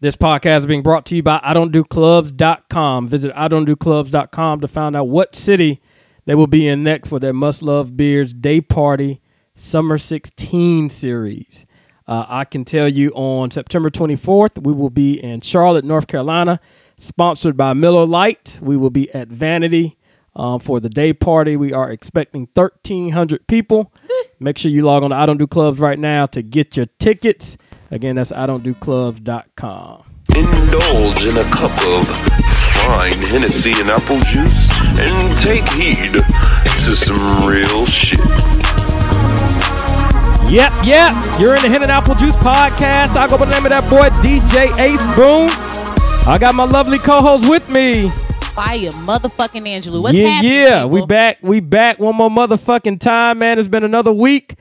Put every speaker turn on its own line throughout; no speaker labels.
This podcast is being brought to you by I Don't Do Clubs.com. Visit I Don't Do Clubs.com to find out what city they will be in next for their Must Love Beers Day Party Summer 16 series. Uh, I can tell you on September 24th, we will be in Charlotte, North Carolina, sponsored by Miller Lite. We will be at Vanity um, for the day party. We are expecting 1,300 people. Make sure you log on to I Don't Do Clubs right now to get your tickets. Again, that's I Don't Do Clubs.com.
Indulge in a cup of fine Hennessy and apple juice and take heed to some real shit.
Yep, yep. You're in the Hen and Apple Juice podcast. I go by the name of that boy, DJ Ace Boom. I got my lovely co-host with me.
fire motherfucking Angela. What's
yeah,
happening?
yeah.
people?
We back. We back one more motherfucking time, man. It's been another week,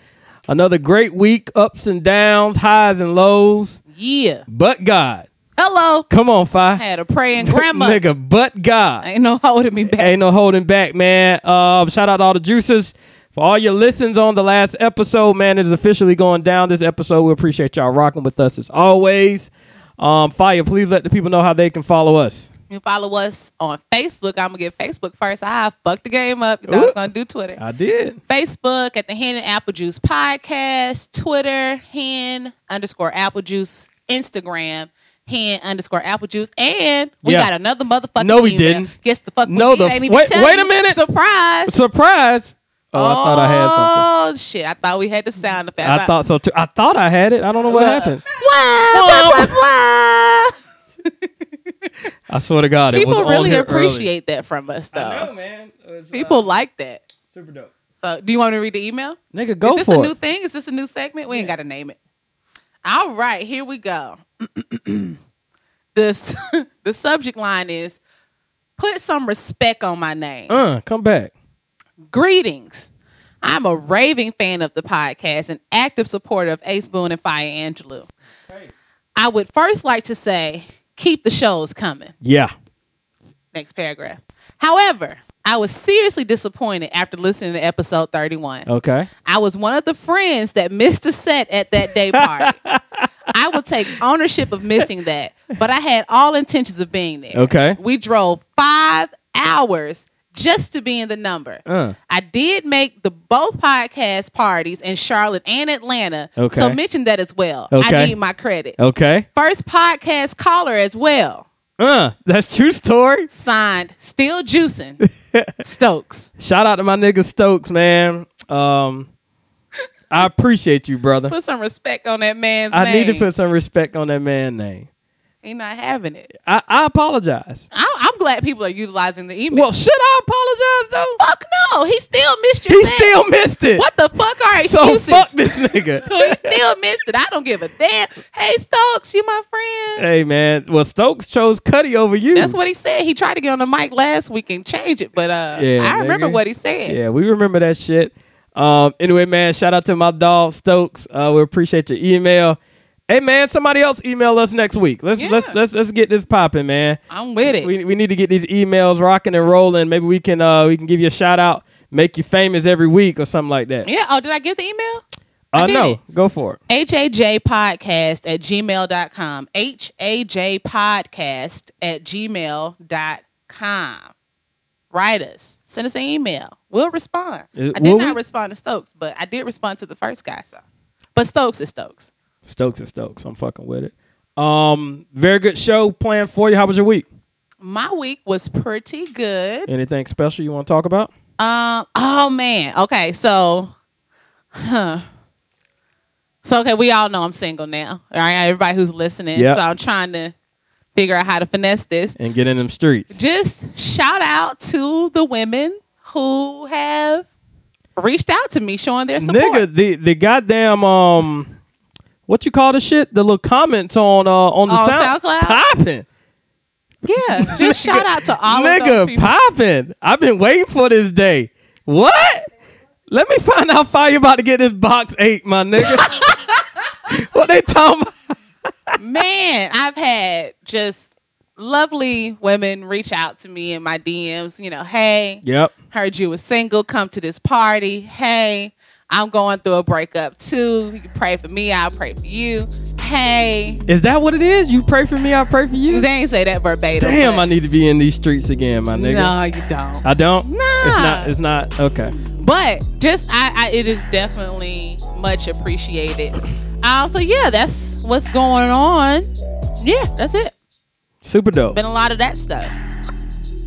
another great week, ups and downs, highs and lows.
Yeah.
But God,
Hello.
come on,
I
fi.
had a praying grandma.
Nigga, but God.
Ain't no holding me back.
Ain't no holding back, man. Uh, shout out to all the juicers for all your listens on the last episode, man. It is officially going down this episode. We appreciate y'all rocking with us as always. Um, Fire, please let the people know how they can follow us.
You follow us on Facebook. I'm gonna get Facebook first. I fucked the game up. I was gonna do Twitter.
I did.
Facebook at the Hen and Apple Juice Podcast, Twitter, Hen underscore Apple Juice, Instagram, Hen underscore Apple Juice, and we
Yeah.
got another motherfucking
No, we
email.
didn't.
Guess the fuck we
No,
did.
the
I ain't
f-
even
wait-
tell
wait
you.
a minute.
Surprise.
Surprise! Oh, I thought I had something.
Oh, shit. I thought we had the sound effect.
I thought so too. I thought I had it. I don't know what happened.
Blah, blah, blah, blah.
I swear to God, it Oh, was
People
on
really
here
appreciate that from us,
early. I know,
though.
man. It was, uh,
People like that.
super dope.
So, do you want me to read the email?
Nigga, go
Is this
for
a
it.
new thing? Is this a new segment? We ain't got to name it. All right, here we go. this the subject line is put some respect on my name.
uh, come back.
Greetings. I'm a raving fan of the podcast and active supporter of Ace Boone and Fire Angelou. I would first like to say, keep the shows coming.
Yeah.
Next paragraph. However, I was seriously disappointed after listening to episode 31.
Okay.
I was one of the friends that missed the set at that day party. I will take ownership of missing that, but I had all intentions of being there.
Okay.
We drove five hours just to be in the number.
Uh.
I did make the both podcast parties in Charlotte and Atlanta.
Okay.
So mention that as well.
Okay.
I need my credit.
Okay.
First podcast caller as well.
Uh, that's true story.
Signed, still juicing. Stokes.
Shout out to my nigga Stokes, man. Um, I appreciate you, brother.
Put some respect on that man's
I
name.
need to put some respect on that man name.
He not having it.
I, I apologize.
I, I'm glad people are utilizing the email.
Well, should I apologize though?
fuck no, he still missed your
He
set.
still missed it.
What the fuck are
So
excuses?
fuck this nigga.
he still missed it. I don't give a damn. Hey Stokes, you my friend.
hey man. Well, Stokes chose Cuddy over you.
That's what he said. He tried to get on the mic last week and change it, but uh,
Yeah,
I remember
nigga.
what he said.
Yeah, we remember that shit. Um, anyway, man, shout out to my dog Stokes. Uh, we appreciate your email. Hey man, somebody else email us next week. Let's
Yeah.
let's let's let's get this popping, man.
I'm with it.
We, we need to get these emails rocking and rolling. Maybe we can uh we can give you a shout out, make you famous every week or something like that.
yeah. Oh, did I give the email?
I uh,
did
no,
it.
go for it.
HAJ podcast at gmail.com. HAJ podcast at gmail.com. Write us. Send us an email. We'll respond. I
Uh, will
did
we?
not respond to Stokes, but I did respond to the first guy. So, but Stokes is Stokes.
Stokes and Stokes. I'm fucking with it. Um, very good show planned for you. How was your week?
My week was pretty good.
Anything special you want to talk about?
Um. Oh man. Okay. So, huh. So okay, we all know I'm single now. All right, everybody who's listening.
Yep.
So I'm trying to figure out how to finesse this.
And get in them streets.
just shout out to the women who have reached out to me showing their support.
Nigga, the the goddamn um, what you call the shit? The little comments on uh on the
On
sound
SoundCloud?
popping,
Yeah, just shout out to all of those
nigga
people.
popping. I've been waiting for this day. What? Let me find out how you about to get this box eight, my nigga. what they talking? About?
Man, I've had just lovely women reach out to me in my DMs, you know, hey,
Yep.
heard you was single, come to this party. Hey, I'm going through a breakup too. You can pray for me, I'll pray for you. Hey,
Is that what it is? You pray for me, I pray for you.
they ain't say that verbatim.
Damn,
but-
I need to be in these streets again, my nigga.
No, you don't.
I don't.
Nah.
It's not. It's not. Okay.
but just I, I it is definitely much appreciated um so yeah that's what's going on yeah that's it
Super dope.
been a lot of that stuff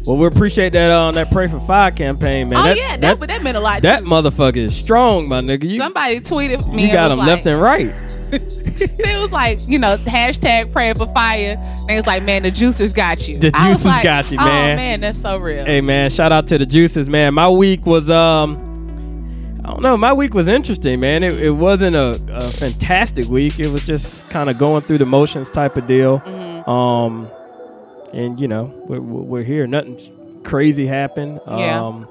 Well, we appreciate that on that pray for fire campaign, man.
oh
that,
yeah that,
that,
but that meant a lot
that
too.
motherfucker is strong, my nigga. You
somebody tweeted me
you got him
and was
left
like,
and right.
it was like you know hashtag praying for fire and it's like man the juicers got you
The
I was
juicers
like,
got you,
oh,
man."
man that's so real
Hey man, shout out to the juices, man. My week was um I don't know, my week was interesting, man. It, it wasn't a, a fantastic week. It was just kind of going through the motions type of deal.
Mm-hmm.
Um and you know, we're, we're we're here. Nothing crazy happened.
Yeah.
Um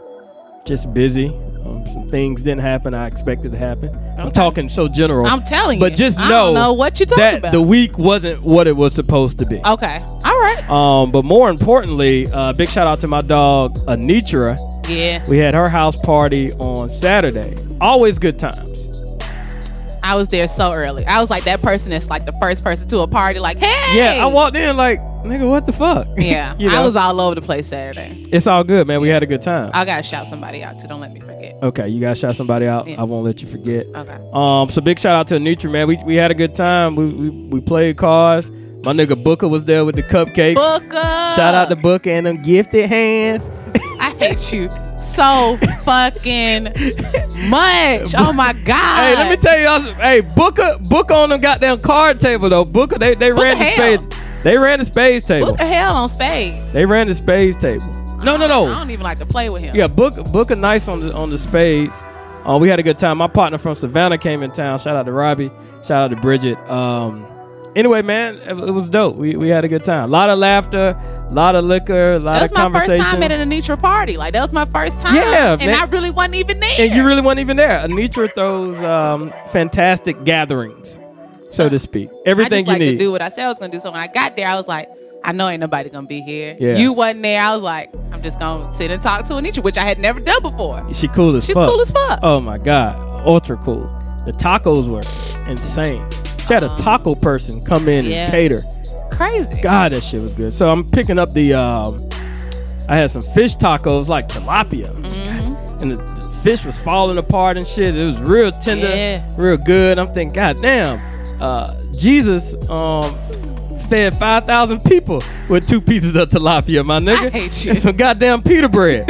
just busy. Um, some things didn't happen I expected to happen. I'm
Okay.
talking so general.
i'm telling
but
you
just
I
know,
don't know what you're talking
that
about
the week wasn't what it was supposed to be.
okay all right
Um, but more importantly, uh, big shout out to my dog Anitra.
yeah
We had her house party on Saturday. Always good times.
i was there so early i was like that person that's like the first person to a party like hey
Yeah, I walked in like, nigga, what the fuck?
Yeah,
you know, Oh.
I was all over the place Saturday.
it's all good, man. We had a good time.
I gotta shout somebody out too. Don't let me forget.
okay, you guys shout somebody out.
Yeah.
I won't let you forget.
Okay.
Um, so big shout out to Anitra, man. We, we had a good time. We, we we played cards. My nigga Booker was there with the cupcakes.
Booker.
Shout out to Booker and them gifted hands.
I hate you so fucking much. Oh my god.
Hey, let me tell you, also, hey, Booker, Booker on them goddamn card table though. Booker, they they ran the
hell.
spades. They ran the spades table.
What the hell on spades?
They ran the spades table. No, no,
I
no.
don't even like to play with him.
Yeah, Booker, Booker, nice on the on the spades. Uh, we had a good time. My partner from Savannah came in town. Shout out to Robbie. Shout out to Bridget. Um, anyway, man, it, it was dope. We, we had a good time. A lot of laughter, a lot of liquor, a lot
That was
of
my first
conversation.
time at an Anitra party. Like that was my first time.
Yeah,
and
man.
I really wasn't even there.
and you really weren't even there. Anitra throws um, fantastic gatherings, so to speak.
I
Everything
just like
you need.
to do what I said I was gonna do. So when I got there, I was like, I know ain't nobody gonna be here.
Yeah.
You wasn't there. I was like, I'm just gonna sit and talk to Anitra, which I had never done before.
She cool as
She's
fuck.
cool as fuck.
Oh my god, ultra cool. The tacos were insane. She had a taco person come in
Yeah.
and cater.
Crazy.
God, that shit was good. So I'm picking up the. Um, I had some fish tacos like tilapia,
Mm-hmm.
and the, the fish was falling apart and shit. It was real tender,
Yeah.
real good. I'm thinking, God damn, uh, Jesus um, fed five thousand people with two pieces of tilapia, my nigga,
hate you.
and some goddamn pita bread.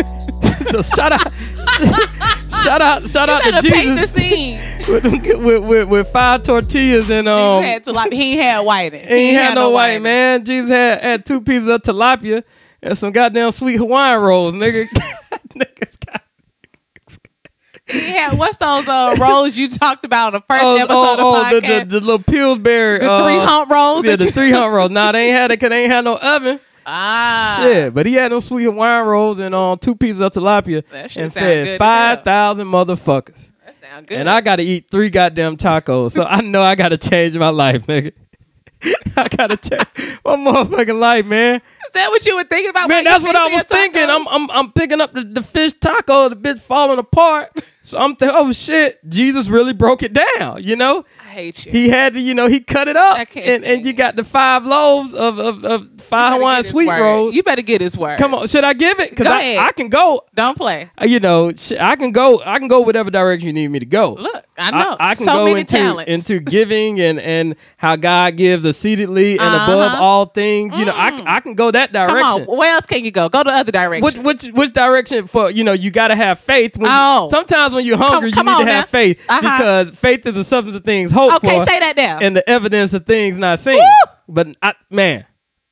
so shout out, shout out, shout
You
out to
better paint the
Jesus
scene.
with, them- with, with, with five tortillas and um.
Jesus had to like he ain't had whiting. He
He ain't had no white
whiting.
man. Jesus had, had two pieces of tilapia and some goddamn sweet Hawaiian rolls, nigga. Niggas got
He had what's those uh, rolls you talked about on the first
oh,
episode
oh, oh,
of
the,
podcast?
the, the little Pillsbury,
The
uh,
three hump rolls.
Yeah,
that
the
you-
three hump rolls. Nah, they ain't had it because they ain't had no oven.
Ah,
Shit, but he had them sweet Hawaiian rolls and um, two pieces of tilapia
That shit
and
sound good
fed
as hell.
five thousand motherfuckers.
That sound good.
And I got to eat three goddamn tacos, so I know I got to change my life, nigga. I got to change my motherfucking life, man.
Is that what you were thinking about?
Man,
when you
that's what I
picked
was
up your
thinking.
taco?
I'm, I'm I'm picking up the, the fish taco, the bitch falling apart. So I'm thinking, oh shit, Jesus really broke it down. You know,
I hate you.
he had to, you know, he cut it up,
I can't
and and
stand
you
it.
got the five loaves of of, of
You
five
better
Hawaiian
get his
sweet
word.
rolls.
You better get his word.
Come on, should I give it? Because
Go
I,
ahead.
I can go.
don't play.
uh, You know, sh- I can go. I can go whatever direction you need me to go.
Look, I know
I, I can
so
go
many
into
talents.
into giving and and how God gives exceedingly and above
Uh-huh. Mm.
all things. You know, I c- I can go that direction.
Come on, where else can you go? Go the other direction.
Which, which which direction for you know you got to have faith. When
Oh.
sometimes when you're hungry,
come
you need
on
to have
now.
faith
Uh-huh.
because faith is the substance of things hoped
okay,
for
say that now.
and the evidence of things not seen. But I, man,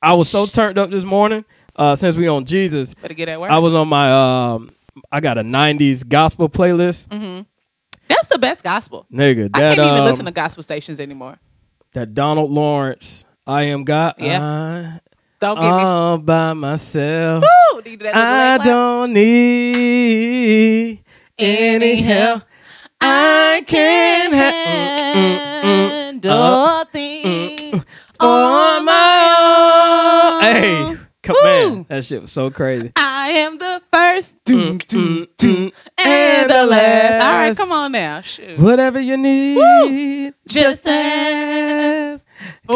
I was so turned up this morning uh, since we on Jesus.
better get that word.
I was on my um, I got a '90s gospel playlist,
Mm-hmm. that's the best gospel.
nigga. That
I can't even
um,
listen to gospel stations anymore.
that Donald Lawrence. I am God.
Yeah. Don't
I,
give me.
all by myself.
Woo! Do you do that little
I
leg clap?
don't need any help. I can have Uh,
handle things
on
on my
my own. uh, Hey, come man,
Woo.
that shit was so crazy.
I am the first
Mm,
doom, doom, doom,
and
and
the
the last. All
last.
right, come on now. Shoot.
Whatever you need,
Just ask.
ask. Mm,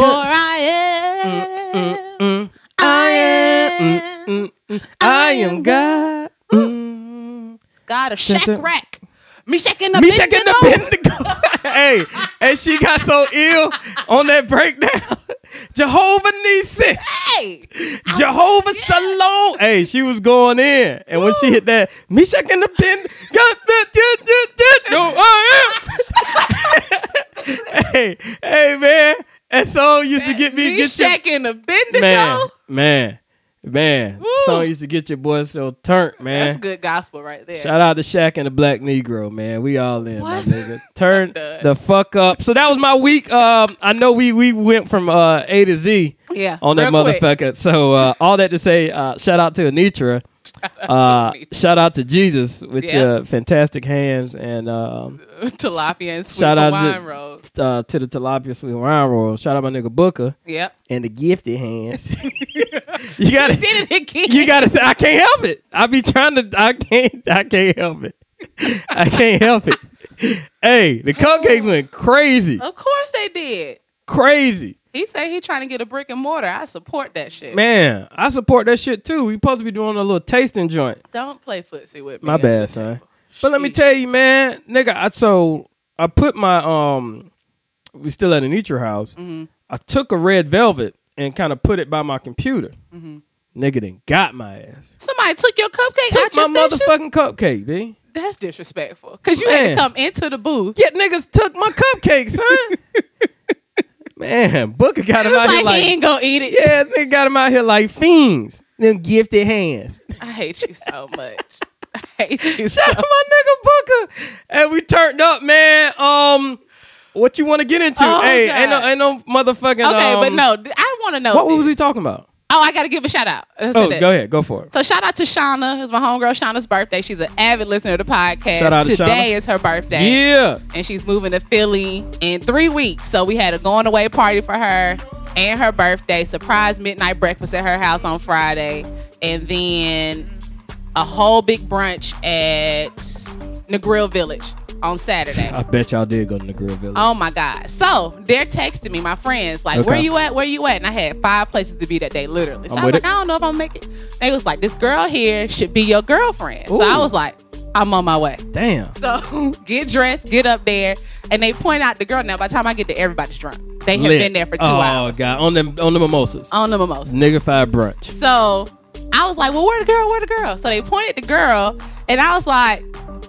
For I am. I am.
mm. I am God. Mm.
God of
Dun,
Shack
dun.
Rack. Me shaking the
Me shaking the Bendigo. hey, and she got so ill on that breakdown. Jehovah Nisi.
Hey.
Jehovah Shalom. Hey, she was going in. And when she hit that, me shaking the pin. God, that, that, that, that, no, I am. hey, hey, man. That song used to get me,
Me
get your,
shaking the Bendigo.
man, man, man.
Woo.
Song used to get your boy so turnt, man.
That's good gospel right there.
Shout out to Shaq and the Black Negro, man. We all in,
What?
my nigga. Turn
done.
the fuck up. So that was my week. Um, I know we we went from uh, A to Z
Yeah.
on that
real quick.
motherfucker. So uh, all that to say, uh, shout out to Anitra. Uh,
Anitra.
shout out to Jesus with
Yeah.
your fantastic hands and um,
Tilapia and sweet
Shout out
wine
to-
rolls.
uh, to the tilapia sweet wine roll. Shout out my nigga Booker
Yep.
and the gifted hands. you got it.
Did it again.
you gotta say I can't help it. I be trying to. I can't. I can't help it. I can't help it. Hey, the cupcakes went crazy,
Of course they did.
crazy.
He said he trying to get a brick and mortar. I support that shit.
Man, I support that shit too. We supposed to be doing a little tasting joint.
Don't play footsie with me.
My bad, son. But let me tell you, man, nigga. I so I put my um. We still at an Eater house. I took a red velvet and kind of put it by my computer. Nigga, then got my ass.
Mm-hmm. Somebody took your cupcake
Took
out your
my
station?
motherfucking cupcake, b.
That's disrespectful. Because you had to
Man.
come into the booth.
Get niggas took my cupcakes, huh? Man, Booker got
It
him out
was
here
like,
like,
he ain't gonna eat it.
yeah, nigga got him out here like fiends. Them gifted hands.
I hate you so much. I hate you so
Shout out my nigga Booker, and we turned up, man. Um, what you want to get into?
Oh,
hey,
God.
ain't no, ain't no motherfucking.
Okay, but
um,
no, th- I want to know.
What
this.
was we talking about?
oh, I got to give a shout out. That's
Oh,
it.
go ahead, go for it.
So shout out to Shauna. It's my homegirl Shauna's birthday. She's an avid listener to the podcast.
Shout out to
Today
Shauna.
is her birthday.
Yeah,
and she's moving to Philly in three weeks. So we had a going away party for her and her birthday, surprise midnight breakfast at her house on Friday, and then a whole big brunch at Negril Village on Saturday.
I bet y'all did go to the grill village.
Oh my God. So they're texting me, my friends, like, where
Okay.
you at? Where you at? And I had five places to be that day, literally. So I
I'm
was
with
like,
it.
I don't know if I'm making They was like, this girl here should be your girlfriend. So I
Ooh.
was like, I'm on my way.
Damn.
So get dressed, get up there, and they point out the girl. Now, by the time I get there, everybody's drunk. They have
Lit.
been there for two
oh,
hours
god, on them on the mimosas,
on the mimosa.
nigga five brunch.
So I was like, "Well, where the girl? Where the girl?" So they pointed the girl, and I was like,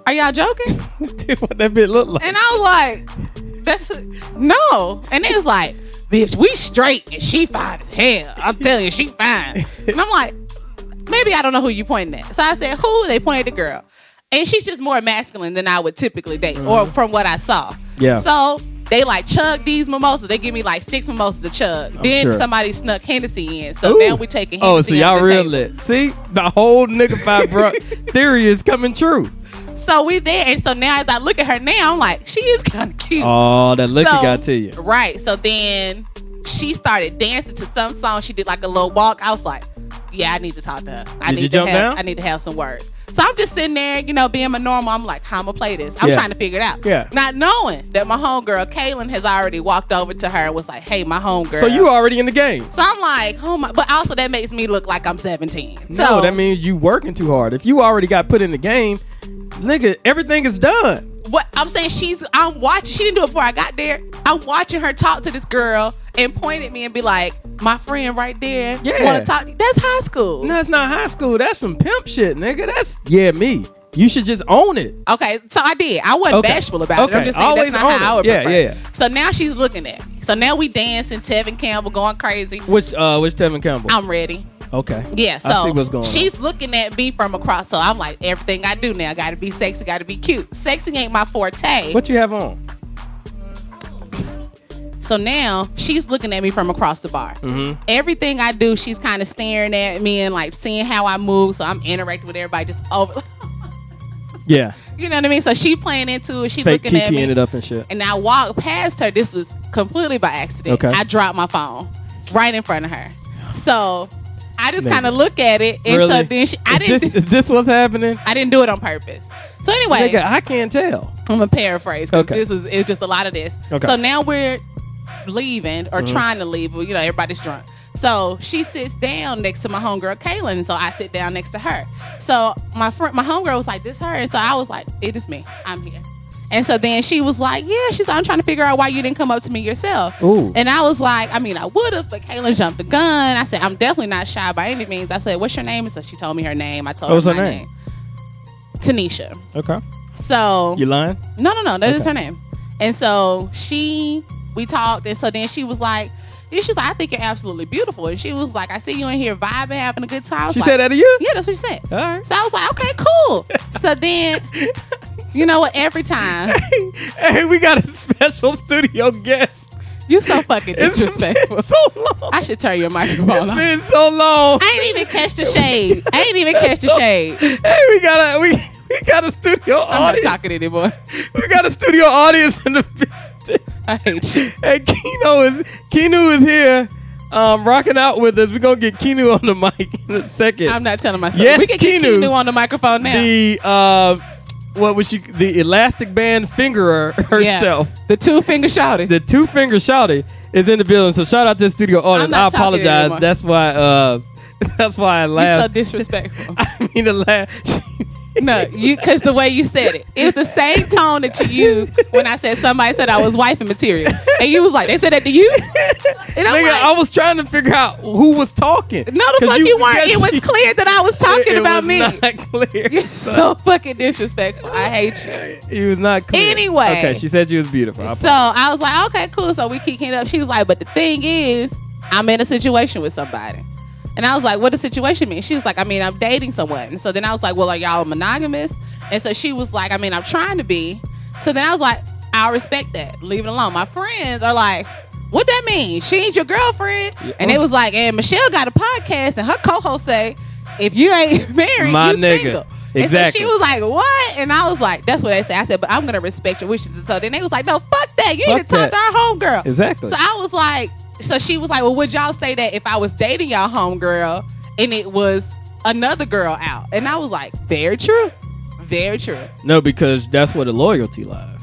"Are y'all joking?"
Dude, what that bit look like?
And I was like, "That's no." And they was like, "Bitch, we straight, and she fine as hell. I'm telling you, she fine." And I'm like, "Maybe I don't know who you pointing at." So I said, "Who?" They pointed the girl, and she's just more masculine than I would typically date, or from what I saw.
Mm-hmm. Yeah.
So they like chug these mimosas. They give me like six mimosas to chug. then
sure.
somebody snuck Hennessy in, so
Ooh.
now we taking. Hennessy
Oh, so y'all
under the
real
table.
lit. See, the whole nigga five bro theory is coming true.
So we there, and so now as I look at her now, I'm like, she is kind of cute.
Oh, that liquor
So-
got to you.
Right. So then she started dancing to some song. She did like a little walk. I was like, yeah, I need to talk to her. I
Did
need
you
to
jump
have,
down?
I need to have some words. So I'm just sitting there, you know, being my normal. I'm like, how am I play this? I'm
Yeah.
trying to figure it out.
Yeah.
Not knowing that my homegirl, Kaylin, has already walked over to her and was like, hey, my homegirl.
So you already in the game.
So I'm like, oh my. But also, that makes me look like I'm 17. so
no, that means you working too hard. If you already got put in the game, nigga, everything is done.
what I'm saying, she's I'm watching. She didn't do it before I got there. I'm watching her talk to this girl and point at me and be like, "My friend right there,
Yeah.
want to talk? That's high school."
No, it's not high school. That's some pimp shit, nigga. That's yeah, me. You should just own it.
Okay, so I did. I wasn't
Okay.
bashful about it. I'm
Okay.
just saying
Always
that's not
own
how I
it.
would
Yeah,
prefer.
yeah, yeah.
So now she's looking at me. So now we dancing, Tevin Campbell going crazy.
Which uh, which Tevin Campbell?
I'm ready.
okay.
Um, Yeah, so
I see what's going
she's looking at me from across. So I'm like, everything I do now got to be sexy, got to be cute. Sexy ain't my forte.
on. What you have on?
So now she's looking at me from across the bar.
Mm-hmm.
Everything I do, she's kind of staring at me and like seeing how I move. So I'm interacting with everybody just over.
Yeah,
You know what I mean? So she playing into it. She
fake
looking at
Kiki
me.
ended up and shit.
And I walked past her. This was completely by accident.
Okay.
I dropped my phone right in front of her. So I just
Nigga.
kind of look at it. And so
Really?
then she, I
is
didn't.
This, is this what's happening?
I didn't do it on purpose. So anyway,
Nigga, I can't tell.
I'm gonna paraphrase because
Okay.
this is it's just a lot of this.
Okay. Mm-hmm.
So now we're leaving or trying to leave, but you know, everybody's drunk. So she sits down next to my homegirl Kaylin, so I sit down next to her. So my friend, my homegirl was like, "This her," and so I was like, "It is me. I'm here." And so then she was like, "Yeah," she's like, "I'm trying to figure out why you didn't come up to me yourself."
Ooh.
And I was like, "I mean, I would have, but Kaylin jumped the gun." I said, "I'm definitely not shy by any means." I said, "What's your name?" And so she told me her name. I told
What was
her
her
my
name?
name. Tanisha.
Okay.
So
You lying?
no, no, no. That is
Okay.
her name. And so she, we talked, and so then she was like, and she's like, I think you're absolutely beautiful. And she was like, I see you in here vibing, having a good time. I was
She
like,
said that to you?
Yeah, that's what she said.
All right.
So I was like, okay, cool. so then, you know what? Every time,
hey, we got a special studio guest.
you're so fucking
It's
disrespectful.
been so long.
I should turn your microphone
It's
off.
been so long.
I ain't even catch the shade. I ain't even catch the
So-
shade.
Hey, we got a we we got a studio
I'm not
audience.
talking anymore.
We got a studio audience in the building.
I hate you.
Hey, Kino is Kino is here, um, rocking out with us. We're gonna get Kino on the mic in a 2nd
I'm not telling myself.
Yes,
we can
Keanu.
get Keanu on the microphone now.
the uh, what was she? The elastic band fingerer
Yeah.
herself,
The two finger shouting.
the two finger shouty, is in the building. So shout out to the studio audience. I
not talking
apologize.
anymore.
That's why. Uh, that's why I
You're so
laughed.
disrespectful.
I mean, the laugh.
no, you because the way you said it, it was the same tone that you used when I said somebody said I was wifing material, and you was like, "They said that to you." And I'm
Nigga,
like,
I was trying to figure out who was talking.
"No, the
'Cause
fuck you, weren't.
because
It was
she-
clear that I was talking
it
about
was
me."
Not clear.
You're so fucking disrespectful. I hate you.
He was not clear.
Anyway.
Okay, she said she was beautiful. I
So I was like, okay, cool. So we kicking it up. She was like, but the thing is, I'm in a situation with somebody. And I was like, what does situation mean? She was like, I mean, I'm dating someone. And so then I was like, well, are y'all monogamous? And so she was like, I mean, I'm trying to be. So then I was like, I respect that. Leave it alone. My friends are like, what that mean? She ain't your girlfriend.
Yeah.
And it was like, and Michelle got a podcast, and her co-host say, if you ain't married,
My
you
nigga.
single. And so
Exactly.
she was like, "What?" And I was like, "That's what they say." I said, "But I'm gonna respect your wishes." And so then they was like, "No, fuck that. You need
Fuck
to talk
that.
to our homegirl."
Exactly.
So I was like, "So she was like, well, would y'all say that if I was dating y'all homegirl and it was another girl out?" And I was like, "Very true, very true."
no, because that's where the loyalty lies.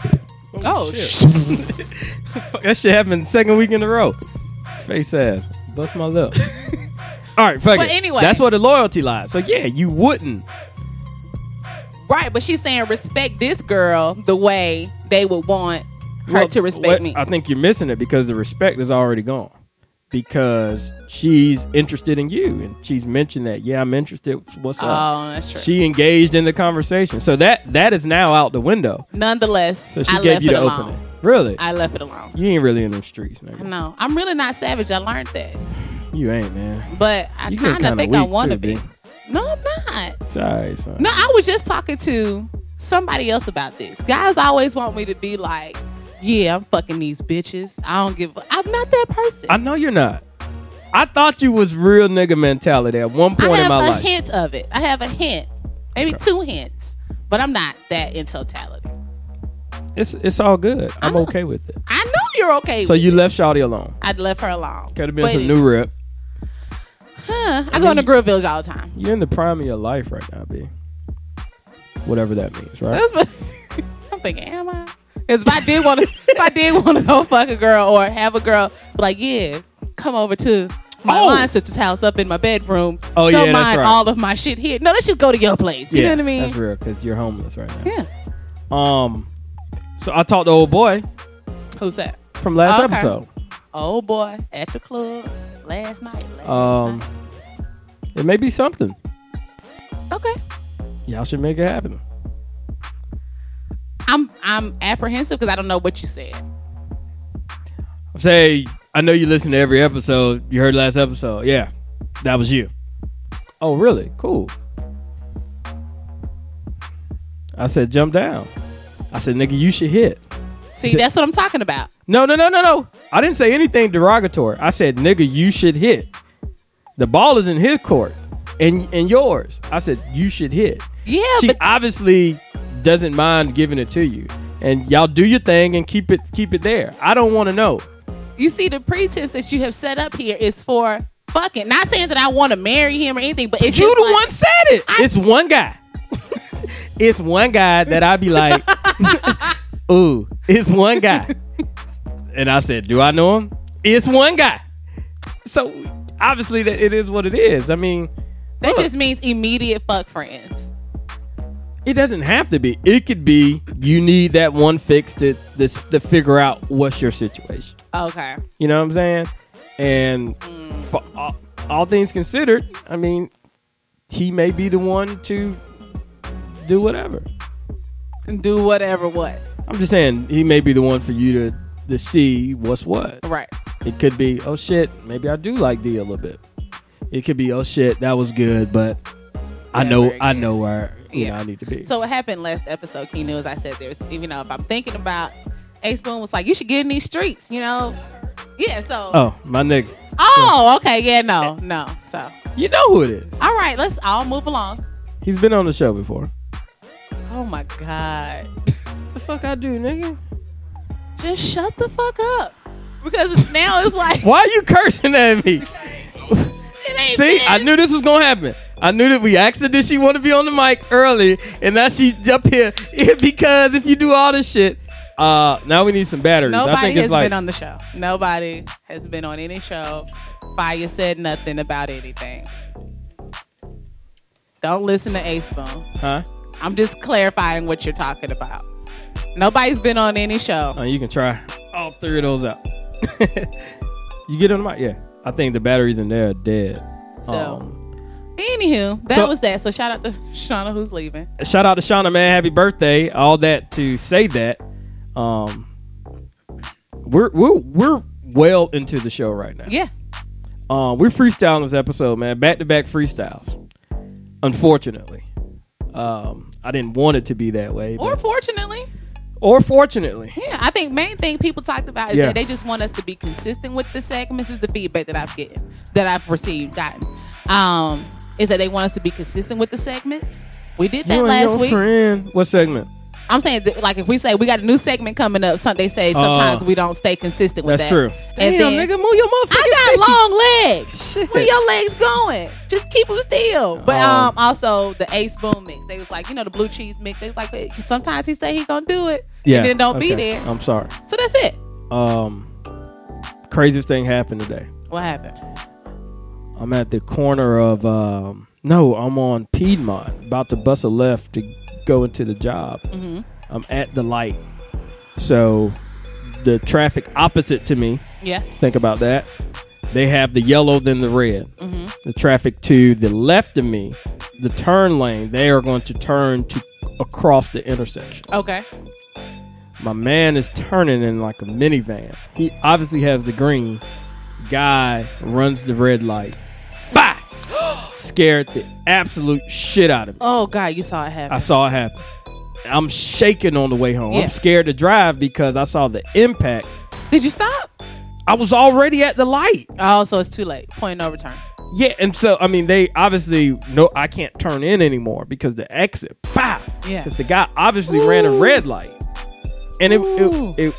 Oh,
Fuck, that shit happened second week in a row. Face ass. Bust my lip. All right, fuck
But
it.
anyway.
That's where the loyalty lies. So yeah, you wouldn't.
right. But she's saying respect this girl the way they would want her
Well,
to respect
what-
me.
I think you're missing it because the respect is already gone. Because she's interested in you and she's mentioned that, yeah, I'm interested. What's up?
oh, that's true.
She engaged in the conversation. So that that is now out the window.
Nonetheless,
So she
I
gave
left
you
it
the
alone.
opening. Really?
I left it alone.
you ain't really in them streets,
I
nigga.
know. I'm really not savage. I learned that.
You ain't, man.
But I
You get
kind of
kinda
think I
weak,
want to
too,
be.
B.
No, I'm not.
Sorry, son.
No, I was just talking to somebody else about this. Guys always want me to be like, yeah, I'm fucking these bitches. I don't give. a-" I'm not that person.
I know you're not. I thought you was real nigga mentality at one
I
point in
have
my
a
life.
hint of it. I have a hint, maybe two hints, but I'm not that in totality.
It's it's all good. I'm
know.
okay with it.
I know you're okay.
So
with
you left Shawty alone.
I left her alone.
Could have been
But-
some new rip.
Huh, I go into Grill Village all the time.
You're in the prime of your life right now, B. Whatever that means, right?
That's what I'm thinking. Am I? 'Cause if I did want to, if I did want to go fuck a girl or have a girl, be like, yeah, come over to my
Oh.
line sister's house up in my bedroom.
Oh,
Don't
yeah, that's
mind
right.
all of my shit here. No, let's just go to your place. You
yeah,
know what I mean?
That's real because you're homeless right now.
Yeah.
Um, so I talked to old boy
Who's that?
from last
Oh, okay.
episode.
Oh boy, at the club last night. Last
Um,
night.
it may be something.
Okay.
Y'all should make it happen.
I'm I'm apprehensive because I don't know what you said.
Say, I know you listen to every episode. You heard last episode. Yeah, that was you. Oh, really? Cool. I said, jump down. I said, nigga, you should hit.
See, that's what I'm talking about.
No, no, no, no, no. I didn't say anything derogatory. I said, nigga, you should hit. The ball is in his court and and yours. I said, you should hit.
Yeah,
she
but
obviously doesn't mind giving it to you. And y'all do your thing and keep it keep it there. I don't want to know.
You see, the pretense that you have set up here is for fucking. Not saying that I want to marry him or anything, but it's
You
just
the
like-
one said it. it's one guy. it's one guy that i be like, ooh, it's one guy. and I said, "Do I know him?" It's one guy. So obviously, that it is what it is. I mean,
That
Look.
just means immediate fuck friends.
it doesn't have to be. It could be you need that one fix to this to figure out what's your situation.
Okay.
You know what I'm saying? And for all, all things considered, I mean, he may be the one to do whatever.
Do whatever what.
I'm just saying he may be the one for you to to see what's what.
Right.
It could be, oh shit, maybe I do like D a little bit. It could be, oh shit, that was good, but I
Yeah,
know
very
I
good.
know where you
Yeah.
know I need to be.
So what happened last episode, Key News, I said there's you know, if I'm thinking about Ace Boone was like, You should get in these streets, you know? Yeah, so
oh, my nigga,
Oh, okay, yeah, no, no. So
you know who it is.
all right, let's all move along.
He's been on the show before.
Oh my god.
The fuck I do, nigga?
Just shut the fuck up. Because now it's like
Why are you cursing at me?
it ain't
See,
been-
I knew this was gonna happen. I knew that we asked her did she want to be on the mic early, and now she's up here because if you do all this shit, uh, now we need some batteries. I
Nobody
think it's
has
like
been on the show. Nobody has been on any show. Fire said nothing about anything. Don't listen to Ace Boone.
huh?
I'm just clarifying what you're talking about. Nobody's been on any show.
Uh, you can try all three of those out. you get on the mic, yeah. I think the batteries in there are dead.
So.
Um,
Anywho, that
So-
was that. So shout out to Shauna who's leaving.
shout out to Shauna, man. Happy birthday! All that to say that. Um, we're we're we're well into the show right now.
Yeah.
Um, we're freestyling this episode, man. Back to back freestyles. Unfortunately, um, I didn't want it to be that way,
Or
but,
fortunately,
or fortunately,
yeah. I think main thing people talked about is
Yeah.
that they just want us to be consistent with the segments. Is the feedback that I've getting that I've received gotten um, is that they want us to be consistent with the segments. We did that
You and
last
your
week.
friend. What segment?
I'm saying, that, like, if we say we got a new segment coming up, some, they say sometimes
Oh.
we don't stay consistent with
That's
that.
true.
And
Damn,
then,
nigga, move your motherfucking.
I
pinky.
got long legs.
Shit.
Where your legs going? Just keep them still. But
Oh.
um, also the Ace Boom mix. They was like, you know, the blue cheese mix. They was like, but sometimes he say he gonna do it, and then it don't be
okay.
there.
I'm sorry.
So that's it.
Um, craziest thing happened today.
What happened?
I'm at the corner of um, no, I'm on Piedmont, about to bust a left to go into the job.
Mhm.
I'm at the light, so the traffic opposite to me.
Yeah.
Think about that. They have the yellow, then the red.
Mhm.
The traffic to the left of me, the turn lane, they are going to turn to across the intersection.
Okay.
My man is turning in like a minivan. He obviously has the green. Guy runs the red light. Fire! Scared the absolute shit out of me.
Oh God, you saw it
I
happen.
saw it happen. I'm shaking on the way home.
Yeah.
I'm scared to drive because I saw the impact.
Did you stop?
I was already at the light.
Oh, so it's too late. Point of no return.
Yeah, and so I mean, they obviously no, I can't turn in anymore because the exit, pow,
Yeah.
because the guy obviously ran a red light, and it
Ooh.
it, it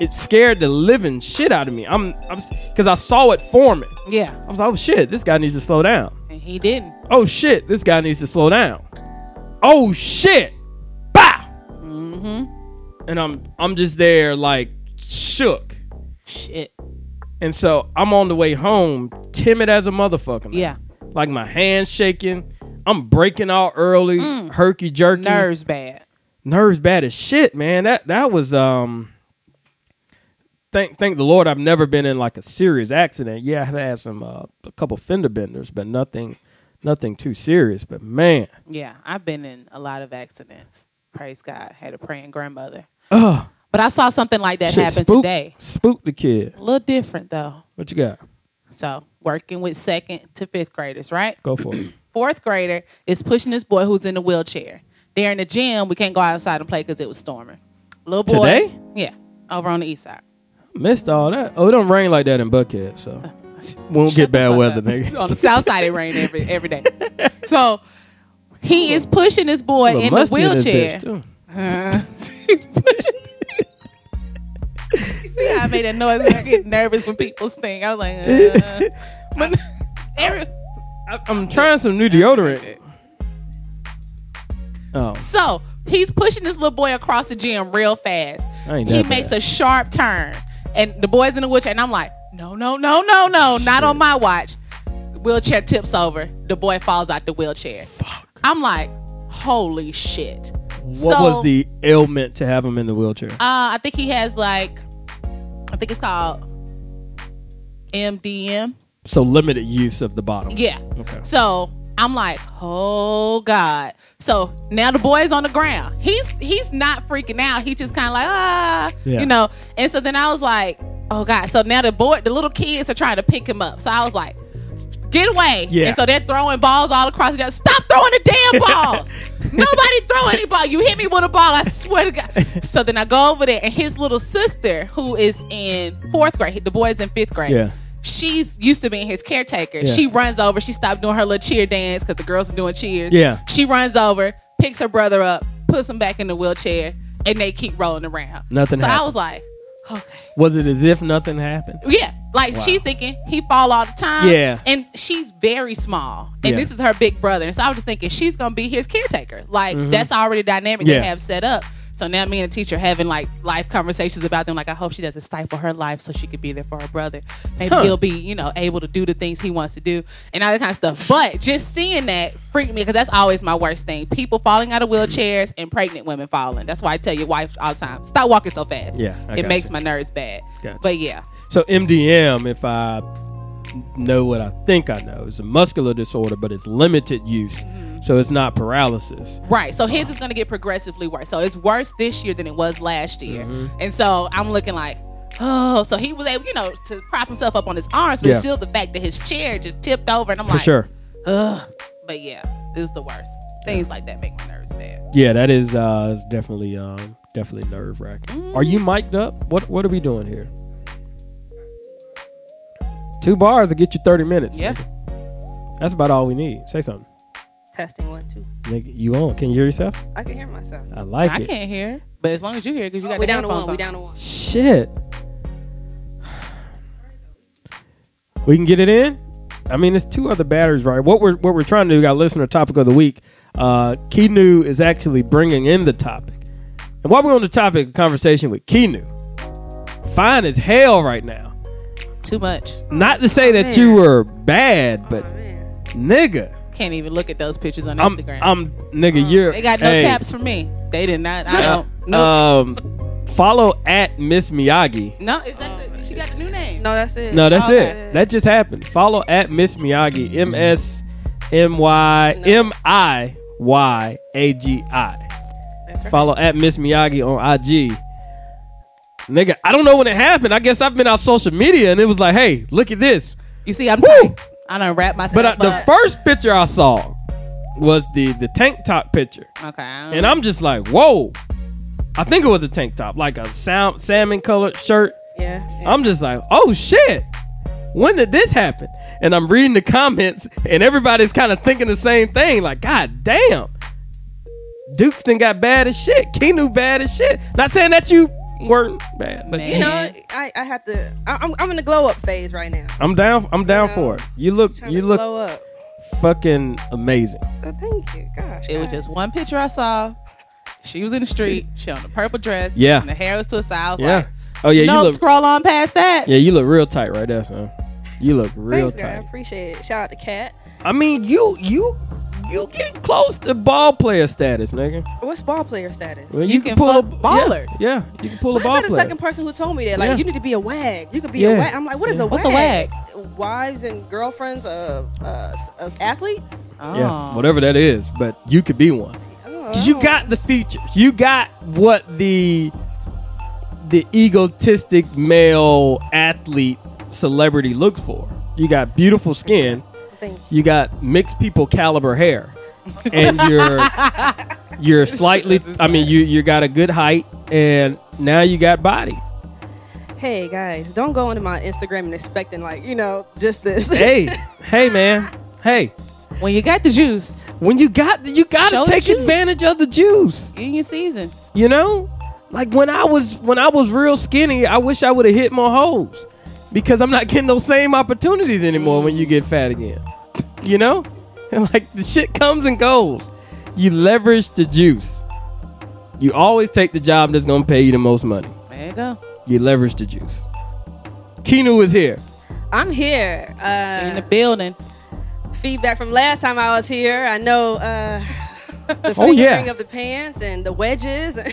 it scared the living shit out of me. I'm I'm because I saw it forming.
Yeah.
I was like, oh shit, this guy needs to slow down.
And he didn't.
Oh shit, this guy needs to slow down. Oh shit, pow,
Mm-hmm.
and I'm I'm just there like shook,
Shit.
and so I'm on the way home, timid as a motherfucker. man.
Yeah.
like my hands shaking. I'm breaking out early, herky jerky.
Mm. Nerves bad.
Nerves bad as shit, man. That that was um. Thank thank the Lord, I've never been in like a serious accident. Yeah, I've had some uh, a couple fender benders, but nothing, nothing too serious. But man,
Yeah. I've been in a lot of accidents. Praise God. Had a praying grandmother.
oh,
But I saw something like that
shit,
happen
spook,
today.
spook the kid.
A little different though.
What you got?
So working with second to fifth graders, right?
Go for it.
Fourth grader is pushing this boy who's in a wheelchair. They're in the gym. We can't go outside and play because it was storming. Little boy.
Today?
Yeah, over on the east side.
Missed all that. Oh, it don't rain like that in Buckhead, so won't get bad weather, nigga.
on the south side, it rained every every day. So he is pushing this boy
Little
in the
musty in this
wheelchair.
bitch, too.
Uh, he's pushing. See how I made that noise? I get nervous when people stink. I was like, uh. but every,
I- I'm trying some new deodorant. Oh,
So he's pushing this little boy across the gym real fast.
I ain't
He
that
makes
bad.
a sharp turn. and the boys in the wheelchair, and I'm like, no, no, no, no, no, not on my watch. Wheelchair tips over. The boy falls out the wheelchair. I'm like, holy shit.
What
So-
was the ailment to have him in the wheelchair?
Uh, I think he has like, I think it's called MDM.
So limited use of the bottom.
Yeah.
Okay.
So I'm like, oh God. So now the boy's on the ground. He's he's not freaking out. He just kind of like ah,
Yeah.
you know. And so then I was like, oh God. So now the boy, the little kids are trying to pick him up. So I was like, get away.
Yeah.
And so they're throwing balls all across. The, Stop throwing the damn balls. Nobody throw any ball. You hit me with a ball. I swear to God. So then I go over there, and his little sister, who is in fourth grade, the boy's in fifth grade
Yeah.
she's used to being his caretaker.
Yeah.
She runs over. She stopped doing her little cheer dance because the girls are doing cheers.
Yeah.
She runs over, picks her brother up, puts him back in the wheelchair, and they keep rolling around.
Nothing
So I
happened.
was like, okay.
Was it as if nothing happened?
Yeah, like
Wow.
she's thinking he fall all the time.
Yeah.
and she's very small, and
Yeah.
this is her big brother. And so I was just thinking she's gonna be his caretaker. Like that's already the dynamic
Mm-hmm. Yeah.
they have set up. So now me and the teacher having like life conversations about them. Like I hope she doesn't stifle her life so she could be there for her brother. Maybe
Huh.
he'll be you know able to do the things he wants to do and all that kind of stuff. But just seeing that freaked me because that's always my worst thing: people falling out of wheelchairs and pregnant women falling. That's why I tell your wife all the time: stop walking so fast.
Yeah, I
it
gotcha.
makes my nerves bad.
Gotcha.
But yeah.
So MDM, if I know what I think I know, is a muscular disorder, but it's limited use.
Mm-hmm.
So it's not paralysis.
Right. So his is going to get progressively worse. So it's worse this year than it was last year.
Mm-hmm.
And so I'm looking like, oh, so he was able, you know, to prop himself up on his arms, but
Yeah.
still the fact that his chair just tipped over. And I'm
For
like,
sure.
ugh. But yeah, it was the worst. Things like that make my nerves bad.
Yeah, that is uh, it's definitely um, definitely nerve wracking. Are you mic'd up? What what are we doing here? Two bars to get you thirty minutes.
Yeah.
nigga. that's about all we need. Say something.
Testing one, two.
Nigga, you on? Can you hear yourself?
I can hear myself.
I like
I
it.
can't hear, but as long as you hear, because you
Oh,
got
we
the
down to one.
headphones
We
on.
down to one.
Shit. We can get it in. I mean, it's two other batteries, right? What we're what we're trying to do, got listener topic of the week. Uh, Keenu is actually bringing in the topic, and while we're on the topic of conversation with Keenu, fine as hell right now.
Too much. Oh,
Not to say that you were bad, but
Oh, man.
nigga,
Can't even look at those pictures on
I'm
Instagram.
I'm nigga. You're
they got no
hey,
taps for me. They did not. I don't. No.
Um, follow at Miss Miyagi.
no, is
Uh,
that the, she got the new name?
No, that's it.
No, that's
Okay.
it. That just happened. Follow at Miss Miyagi. M S M Y M I Y A G I.
That's right.
Follow at Miss Miyagi on IG. Nigga, I don't know when it happened. I guess I've been on social media and it was like, hey, look at this.
You see, I'm
Woo!
sorry. I done wrapped myself
But I, the
up.
first picture I saw was the the tank top picture.
okay. I don't-
And I'm just like, whoa. I think it was a tank top, like a sound, salmon colored shirt.
Yeah. yeah.
I'm just like, oh shit. When did this happen? And I'm reading the comments, and everybody's kind of thinking the same thing. Like, God damn, Dukes then got bad as shit. Keenu bad as shit. Not saying that you weren't bad, but
you
Man.
know, I, I have to. I, I'm I'm in the glow up phase right now.
I'm down. I'm down
Yeah.
for it. You look,
Trying
you
to
look
glow up.
fucking amazing.
Oh, thank you. Gosh.
It was
guys.
just one picture I saw. She was in the street. She on a purple dress.
Yeah.
And the hair was to a side.
Yeah.
Yeah. Like,
Oh yeah, you
no,
look.
scroll on past that.
yeah, you look real tight right there, son. You look real
Thanks, girl. I
tight.
appreciate it. Shout out to Cat.
I mean, you you you get close to ball player status, nigga.
What's ball player status?
Well,
You can
a
fuck
yeah,
ballers.
Yeah, you can pull a
Well,
ball
that's not the
player.
second person who told me that. Like,
Yeah.
you need to be a wag. You could be
Yeah.
a wag. I'm like, what is
Yeah.
a
What's a
wag? Wives and girlfriends of, uh, s- of athletes.
Oh.
Yeah, whatever that is, but you could be one.
Oh,
'Cause you
oh.
got the features. You got what the the egotistic male athlete celebrity looks for. You got beautiful skin.
Thank
You got mixed people caliber hair, and you're you're slightly. I mean, you you got a good height, and now you got body.
Hey guys, don't go into my Instagram and expecting like you know just this.
Hey, hey, man. Hey,
When you got the juice,
when you got you got
Show
to
the
take
juice.
advantage of the juice.
you in your season.
You know, like when I was when I was real skinny, I wish I would have hit more holes because I'm not getting those same opportunities anymore when you get fat again. You know, and like the shit comes and goes. You leverage the juice. You always take the job that's gonna pay you the most money.
There you go.
You leverage the juice. Kinu is here.
I'm here.
She in the
Uh,
building.
feedback from last time I was here. I know uh, the
Oh,
fingering
yeah.
of the pants and the wedges.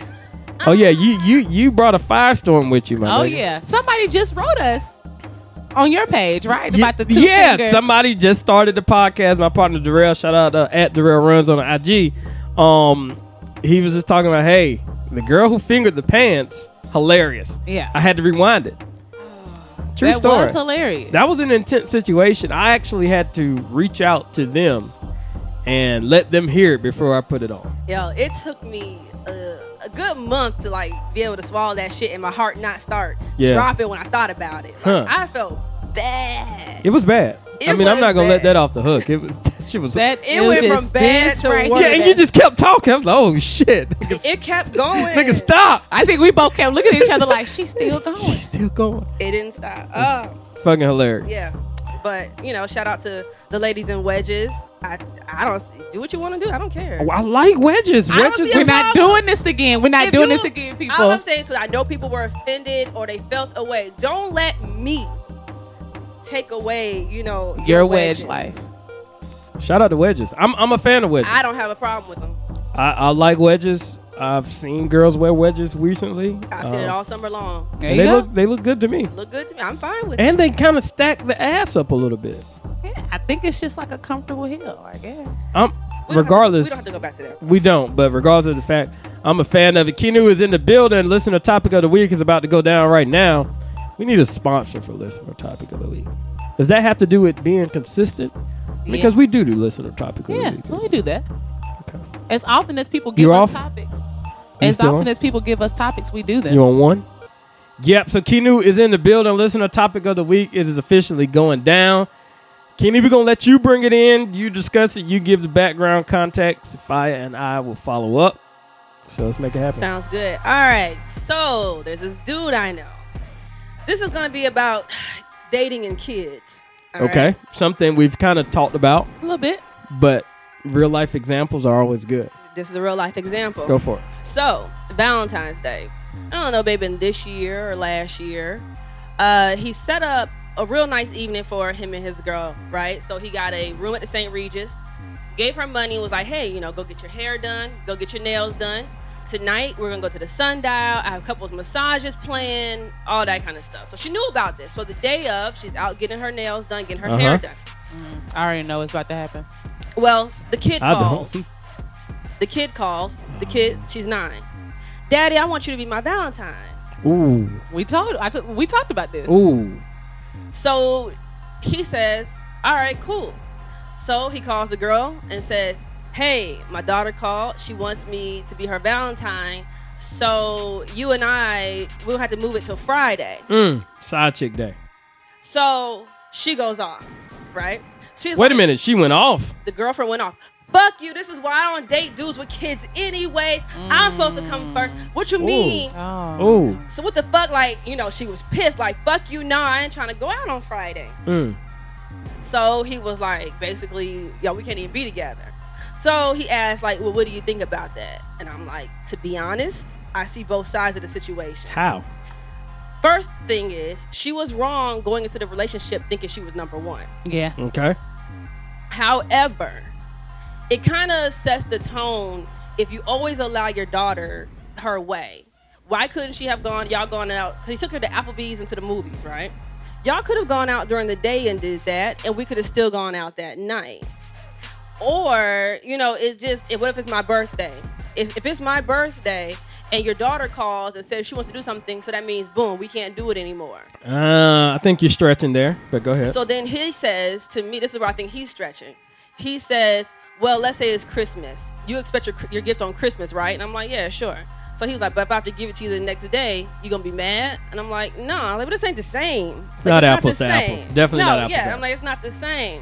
Oh yeah, you you you brought a firestorm with you, my
Oh
nigga.
yeah, somebody just wrote us on your page, right?
Ye-
About the two
yeah,
finger.
somebody just started the podcast. My partner Darrell, shout out uh, at Darrell runs on IG. Um, he was just talking about, hey, the girl who fingered the pants, hilarious.
Yeah.
I had to rewind it. True
that
story.
was hilarious.
that was an intense situation. I actually had to reach out to them and let them hear it before I put it on.
Yo, it took me a, a good month to like be able to swallow that shit and my heart not start
Yeah.
dropping when I thought about it. Like,
Huh.
I felt bad.
It was bad.
It
I mean, I'm
was
not gonna let
bad.
that off the hook. It was that shit was.
that
It went
is
from
just
bad
this
to
right
worse.
yeah,
here.
and you just kept talking. I was like, oh shit, nigga,
It kept going.
nigga stop.
I think we both kept looking at each other like she's still going.
She's still going.
It didn't stop. Oh,
Fucking hilarious.
yeah. But you know, shout out to the ladies in wedges. I I don't see, do what you want to do. I don't care.
Oh, I like wedges.
I don't see
Wedges.
We're
a
with-
not doing this again. We're not
If
doing
you-
this again,
All
people.
I'm saying is because I know people were offended or they felt away. Don't let me take away, you know,
Your
wedges.
wedge life.
Shout out to wedges. I'm, I'm a fan of wedges.
I don't have a problem with them.
I, I like wedges. I've seen girls wear wedges recently.
I've seen
Um,
it all summer long.
There
and
you
They
go.
look they look good to me.
Look good to me. I'm fine with it.
And they kind of stack the ass up a little bit.
Yeah, I think it's just like a comfortable hill, I guess.
I'm
We don't have to-
regardless.
we don't have to go back to that.
We don't, but regardless of the fact, I'm a fan of it. Kinu is in the building. Listener topic of the week is about to go down right now. We need a sponsor for listener topic of the week. Does that have to do with being consistent? Because we do do listener topic of
Yeah,
the week.
we do that.
Okay.
As often as people give
You're
us
off?
topics,
You
as
still
often
on?
as people give us topics, we do them.
You on one? Yep. So Kinu is in the building. Listener topic of the week is, is officially going down. Kinu, we're gonna let you bring it in. You discuss it. You give the background context. Fire and I will follow up. So let's make it happen.
Sounds good. All right. So there's this dude I know. This is gonna be about dating and kids. all right?
okay. Something we've kind of talked about.
A little bit.
but real life examples are always good.
This is a real life example.
Go for it.
So, Valentine's Day. I don't know, baby, this year or last year. Uh, he set up a real nice evening for him and his girl, right? So he got a room at the St. Regis, gave her money, was like, hey, you know, go get your hair done, go get your nails done. Tonight, we're gonna go to the sundial. I have couples massages planned, all that kind of stuff. So she knew about this. So the day of, she's out getting her nails done, getting her hair
Uh-huh.
done.
I already know it's about to happen.
Well, the kid
I
calls.
don't.
The kid calls. The kid, she's nine. Daddy, I want you to be my Valentine.
Ooh,
We told. I took. We talked about this.
ooh.
So he says, All right, cool. So he calls the girl and says, Hey, my daughter called. She wants me to be her Valentine. So you and I, we'll have to move it till Friday.
Mm. Side chick day.
So she goes off, right? She's
Wait a
like-
minute, she went off.
The girlfriend went off. Fuck you. This is why I don't date dudes with kids, anyways. I'm supposed to come first. What you mean?
Oh.
Ooh.
So what the fuck? Like, you know, she was pissed. Like, fuck you. Nah, I ain't trying to go out on Friday.
Mm.
So he was like, basically, yo, we can't even be together. So he asked, like, well, what do you think about that? And I'm like, to be honest, I see both sides of the situation.
How?
First thing is, she was wrong going into the relationship thinking she was number one.
Yeah.
Okay.
However, it kind of sets the tone if you always allow your daughter her way. Why couldn't she have gone, y'all gone out? He took her to Applebee's and to the movies, right? Y'all could have gone out during the day and did that, and we could have still gone out that night. Or, you know, it's just, it, what if it's my birthday? If, if it's my birthday and your daughter calls and says she wants to do something, so that means, boom, we can't do it anymore.
Uh, I think you're stretching there, but go ahead.
So then he says to me, this is where I think he's stretching. He says, "Well, let's say it's Christmas. You expect your your gift on Christmas, right?" And I'm like, "Yeah, sure." So he was like, "But if I have to give it to you the next day, you gonna be mad?" And I'm like, "No, nah. like, but this ain't the same. Like, It's
not
the
apples to apples. Definitely
no,
not apples
yeah.
to
I'm like, it's not the same.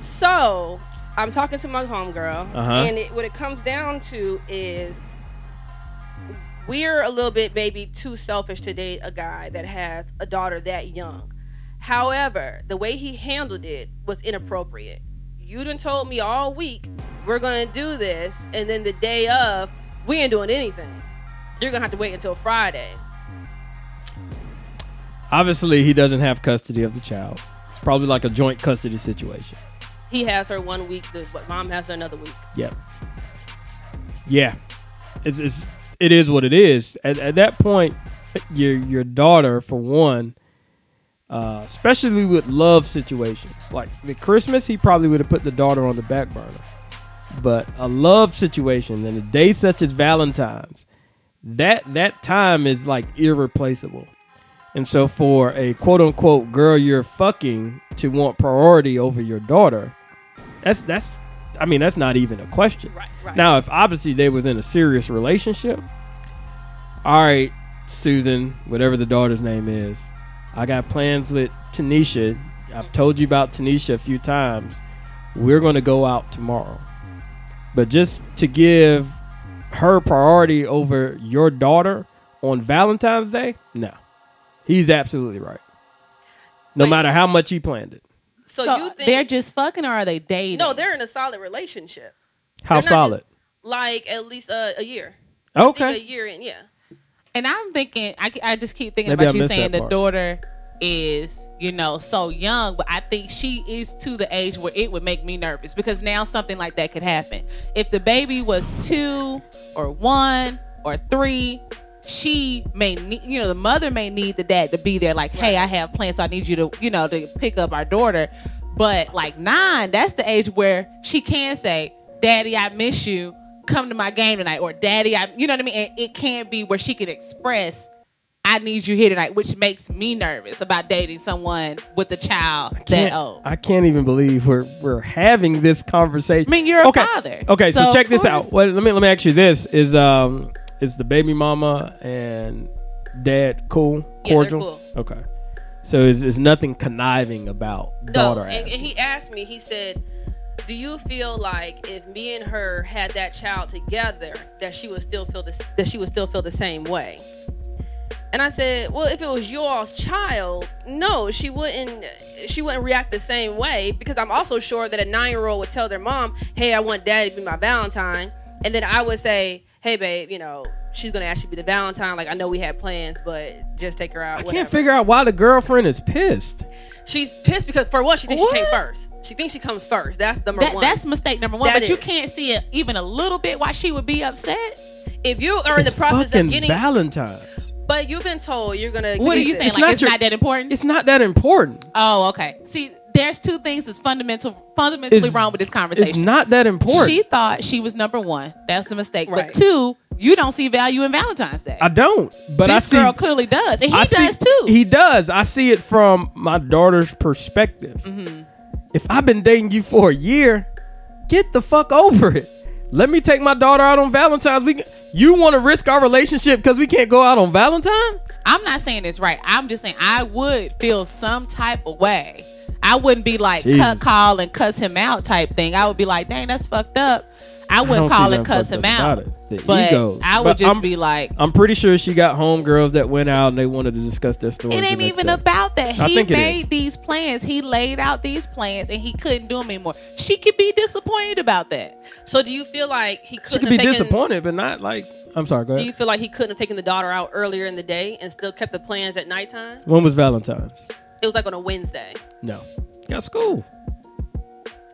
So I'm talking to my homegirl,
Uh-huh.
and it, what it comes down to is we're a little bit maybe too selfish to date a guy that has a daughter that young. However, the way he handled it was inappropriate. You done told me all week we're gonna do this, and then the day of, we ain't doing anything. You're gonna have to wait until Friday.
Obviously, he doesn't have custody of the child. It's probably like a joint custody situation.
He has her one week, the but mom has her another week.
Yep. Yeah. It's, it's it is what it is. At, at that point, your your daughter, for one, uh, especially with love situations like the Christmas, he probably would have put the daughter on the back burner. But a love situation and a day such as Valentine's, that that time is like irreplaceable. And so, for a quote unquote girl you're fucking to want priority over your daughter, that's that's I mean that's not even a question.
Right, right.
Now, if obviously they was in a serious relationship, all right, Susan, whatever the daughter's name is, I got plans with Tanisha. I've told you about Tanisha a few times. We're going to go out tomorrow. But just to give her priority over your daughter on Valentine's Day, no. He's absolutely right. No
Wait.
matter how much he planned it.
So, you think
they're just fucking, or are they dating?
no? They're in a solid relationship.
How
They're not
solid.
just, like at least uh, a year. I think
Okay.
a year in. Yeah.
And I'm thinking, I, I just keep thinking
Maybe I
about you
missed
saying
that
the
part.
daughter is, you know, so young, but I think she is to the age where it would make me nervous because now something like that could happen. If the baby was two or one or three, she may need, you know, the mother may need the dad to be there, like, hey, I have plans, so I need you to, you know, to pick up our daughter. But like nine, that's the age where she can say, Daddy, I miss you. Come to my game tonight. Or Daddy, I you know what I mean? And it can be where she can express, I need you here tonight, which makes me nervous about dating someone with a child that oh.
Can't-
old. I,
I can't even believe we're we're having this conversation.
mean, you're a
okay.
father.
Okay, so,
of
check this out.
course-
Well, let me let me ask you this: is um is the baby mama and dad cool,
they're
cordial?
cool.
Okay, so is is nothing conniving about
No,
daughter?
and,
asking?
and he asked me. He said, "Do you feel like if me and her had that child together, that she would still feel this, that she would still feel the same way?" And I said, "Well, if it was your all's child, no, she wouldn't. She wouldn't react the same way because I'm also sure that a nine-year-old would tell their mom, "Hey, I want Daddy to be my Valentine," and then I would say, "Hey, babe, you know." She's gonna actually be the Valentine. Like I know we had plans, but just take her out.
I
whatever.
can't figure out why the girlfriend is pissed.
She's pissed because for one, she thinks she came
What?
first. She thinks she comes first. That's number
That,
one.
that's mistake number one.
That
but you
is.
can't see it even a little bit why she would be upset.
if you are in the
It's
process
fucking
of getting,
Valentine's.
but you've been told you're gonna.
What are
get
you
it.
saying?
It's
like
not
it's
your-
not that important?
It's not that important.
Oh, okay. See, there's two things that's fundamental, fundamentally
It's-
wrong with this
It's
conversation.
not that important.
She thought she was number one. That's a mistake.
Right.
But two, you don't see value in Valentine's Day.
I don't. But I
this
see.
girl clearly does, and he
I see-
does too.
He does. I see it from my daughter's perspective.
Mm-hmm.
If I've been dating you for a year, get the fuck over it. Let me take my daughter out on Valentine's. We can, you want to risk our relationship because we can't go out on Valentine?
I'm not saying it's right. I'm just saying I would feel some type of way. I wouldn't be like
Jesus.
cut call and cuss him out type thing. I would be like, dang, that's fucked up. I
don't
wouldn't
see
call
nothing
and cuss
fucked
him
up about
out.
it. The
But
egos.
I would
But
just
I'm-
be like,
I'm pretty sure she got homegirls that went out and they wanted to discuss their story.
It ain't even about that.
I
He
think it is.
made these plans. He laid out these plans, and he couldn't do them anymore. She could be disappointed about that.
So do you feel like he
She
couldn't?
could be
have taken,
disappointed, but not like. I'm sorry. Go
Do
ahead.
you feel like he couldn't have taken the daughter out earlier in the day and still kept the plans at nighttime?
when was Valentine's?
It was like on a Wednesday.
No. Got school.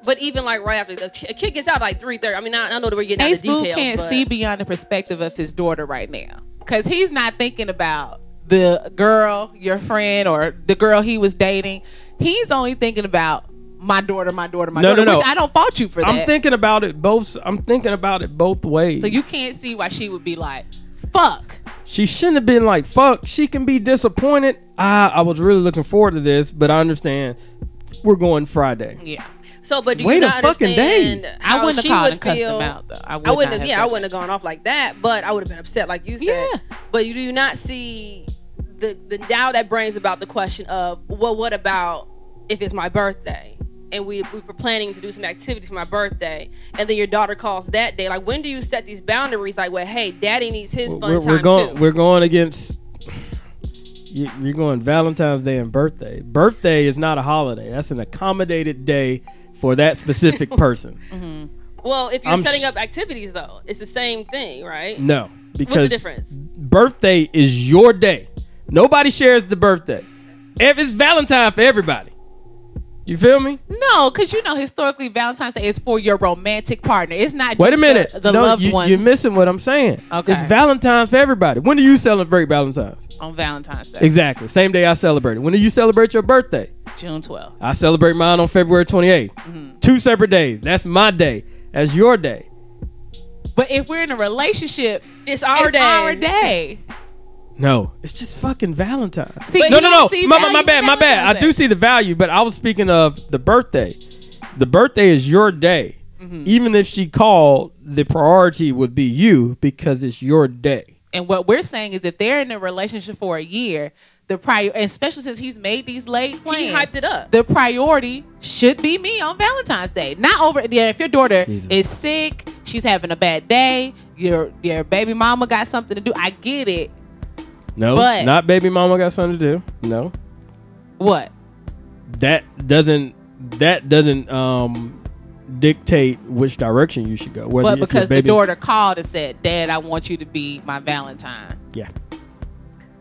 But even like right after the a kid gets out like three thirty. I mean, I, I know that we're getting out of
Ace
the
Boo
details.
can't
but
see beyond the perspective of his daughter right now because he's not thinking about the girl, your friend, or the girl he was dating. He's only thinking about my daughter, my daughter, my
No,
daughter.
no, no.
Which I don't fault you for that.
I'm thinking about it both. I'm thinking about it both ways.
so you can't see why she would be like, "Fuck."
She shouldn't have been like, fuck, she can be disappointed. I, I was really looking forward to this, but I understand we're going Friday.
Yeah,
So, but do
Wait
you
a
not
fucking day.
understand?
I
how
wouldn't
she
have called
would
and cussed
feel,
him out though. I, would
I wouldn't have,
Not
yeah, I
have
wouldn't have gone off like that, but I would have been upset, like you said.
Yeah.
But you do not see the the now that brings about the question of well, what about if it's my birthday and we we were planning to do some activities for my birthday, and then your daughter calls that day. Like, when do you set these boundaries? Like, well, hey, daddy needs his fun
We're,
time
we're going
too.
we're going against you- you're going Valentine's Day and birthday. Birthday is not a holiday. That's an accommodated day for that specific person.
Mm-hmm. well, if you're
I'm
setting
s-
up activities though, it's the same thing, right?
No, because
What's the difference?
birthday is your day. Nobody shares the birthday. Ev- It's Valentine for everybody. You feel me?
No, because you know historically Valentine's Day is for your romantic partner. It's not.
Wait
just
a minute.
The, the
No,
loved
you,
ones
You're missing what I'm saying.
Okay.
It's Valentine's for everybody. When do you celebrate Valentine's?
on Valentine's Day,
Exactly. Same day I celebrate it. When do you celebrate your birthday?
June Mm-hmm. 12th.
I celebrate mine on February 28th. Two separate days. That's my day. That's your day.
But if we're in a relationship,
It's our
it's
day.
our day.
No, it's just fucking Valentine's.
See,
But
you
no, no,
don't
no.
see
My, my, my
value in
bad, my bad. I
Valentine's
do
Day.
see the value, but I was speaking of the birthday. The birthday is your day.
Mm-hmm.
Even if she called, the priority would be you because it's your day.
And what we're saying is that they're in a relationship for a year. The prior, and especially since he's made these late plans,
He hyped it up.
The priority should be me on Valentine's Day, not over. Yeah, if your daughter
Jesus.
is sick, she's having a bad day. Your your baby mama got something to do. I get it.
No,
But-
not baby mama got something to do. No,
What?
that doesn't that doesn't um dictate which direction you should go. Whether
But
if your
because the
baby-
daughter called and said, "Dad, I want you to be my Valentine."
yeah,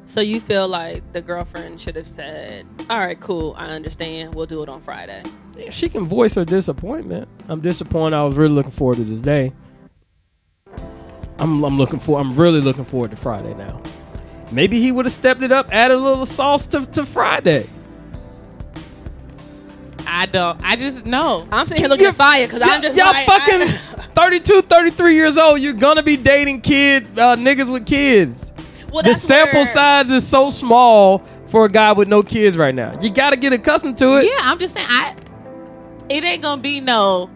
So you feel like the girlfriend should have said, "All right, cool, I understand. We'll do it on Friday."
If she can voice her disappointment. I'm disappointed. I was really looking forward to this day. I'm, I'm looking for. I'm really looking forward to Friday now. Maybe he would have stepped it up, added a little sauce to, to Friday.
I don't. I just know.
I'm sitting here looking at fire because I'm
Y-
just
y'all
like,
fucking
I-
32, 33 years old. You're gonna be dating kid uh, niggas with kids.
well,
the
that's
sample
where-
size is so small for a guy with no kids right now. You gotta get accustomed to it.
Yeah, I'm just saying. I. It ain't gonna be no,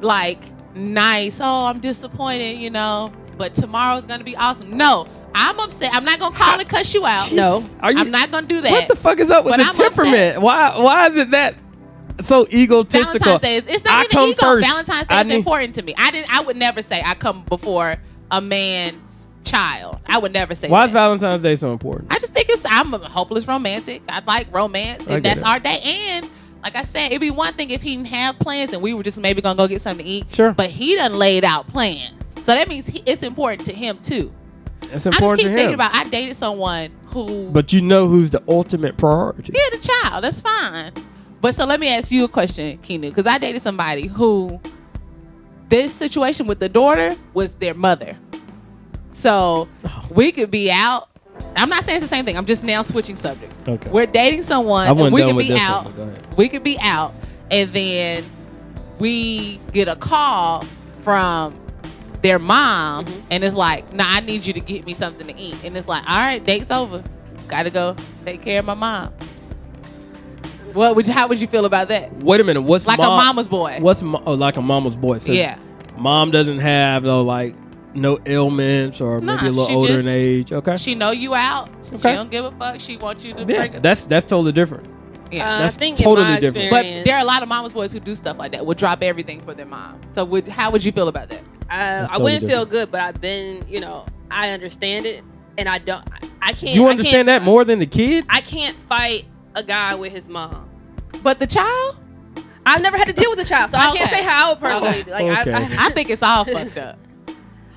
like nice. Oh, I'm disappointed. You know, but tomorrow's gonna be awesome. No, I'm upset. I'm not gonna call and cuss you out. No,
Jesus. Are you-
I'm not gonna do that.
What the fuck is up with
But
the
I'm upset.
temperament? Why why is it that so egotistical?
Valentine's Day is it's
I
not even
come
ego.
first.
Valentine's Day
I
is
need-
important to me. I didn't. I would never say I come before a man's child. I would never say.
Why is
that.
Valentine's Day so important?
I just think it's I'm a hopeless romantic. I like romance,
I
and
get
that's
it.
our day. And like I said, it'd be one thing if he didn't have plans, and we were just maybe gonna go get something to eat.
Sure.
but he done laid out plans, so that means he, it's important to him too.
It's
I just
important
keep
to him.
thinking about I dated someone who,
but you know who's the ultimate priority.
yeah, the child. That's fine. But so let me ask you a question, Keanu, because I dated somebody who this situation with the daughter was their mother. So
Oh.
we could be out. I'm not saying it's the same thing. I'm just now switching subjects.
Okay.
We're dating someone.
I wasn't
and we
done
could
with
be
this one,
out.
but go ahead.
we could be out, and then we get a call from their mom,
Mm-hmm.
and it's like, "Nah, I need you to get me something to eat." And it's like, "All right, date's over. Gotta go take care of my mom." What would how would you feel about that?
Wait a minute. What's
Like
mom-
a mama's boy.
What's mo- oh, like a mama's boy? So
Yeah.
Mom doesn't have no like no ailments or
Nah,
maybe a little
she
older
just-
in age. Okay.
She know you out.
Okay.
She don't give a fuck. She wants you to
yeah.
bring it.
That's that's totally different.
yeah.
Uh,
That's
I think
totally
in my
different.
but
Experience,
there are a lot of mama's boys who do stuff like that. Would drop everything for their mom. So would how would you feel about that?
I, I
totally
wouldn't feel good, but I've been, you know, I understand it, and I don't. I, I can't.
You
I
understand that
can't-
more than the kid?
I can't fight a guy with his mom.
But the child,
I've never had to deal with a child, so I can't
Okay.
say how I would personally.
Okay.
Like, I-
Okay.
I,
I think it's all fucked up.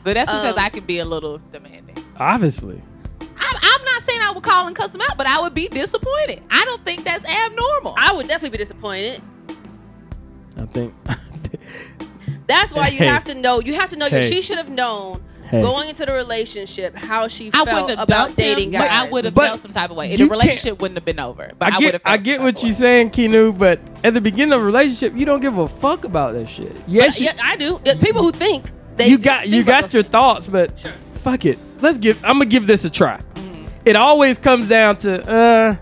But that's because
Um,
I can be a little demanding.
Obviously.
I'm, I'm not saying I would call and cuss them out, but I would be disappointed. I don't think that's abnormal.
I would definitely be disappointed.
I think.
That's why you
Hey.
have to know. You have to know. your
Hey.
She should have known
Hey.
going into the relationship how she
I
felt
wouldn't have
about
dumped
dating guys.
him, but I would have
But
felt some type of way.
you
The
can't-
relationship wouldn't have been over. But I,
I
would
get
have.
I,
felt some
get
type
what
of
you're
way.
saying, Kinu, but at the beginning of a relationship, you don't give a fuck about that shit. Yes, you,
Yeah, I do. Yeah, People who think they
you got
think
you
about
got
those
your thoughts, but fuck it. Let's give. I'm gonna give this a try.
Mm-hmm.
It always comes down to uh,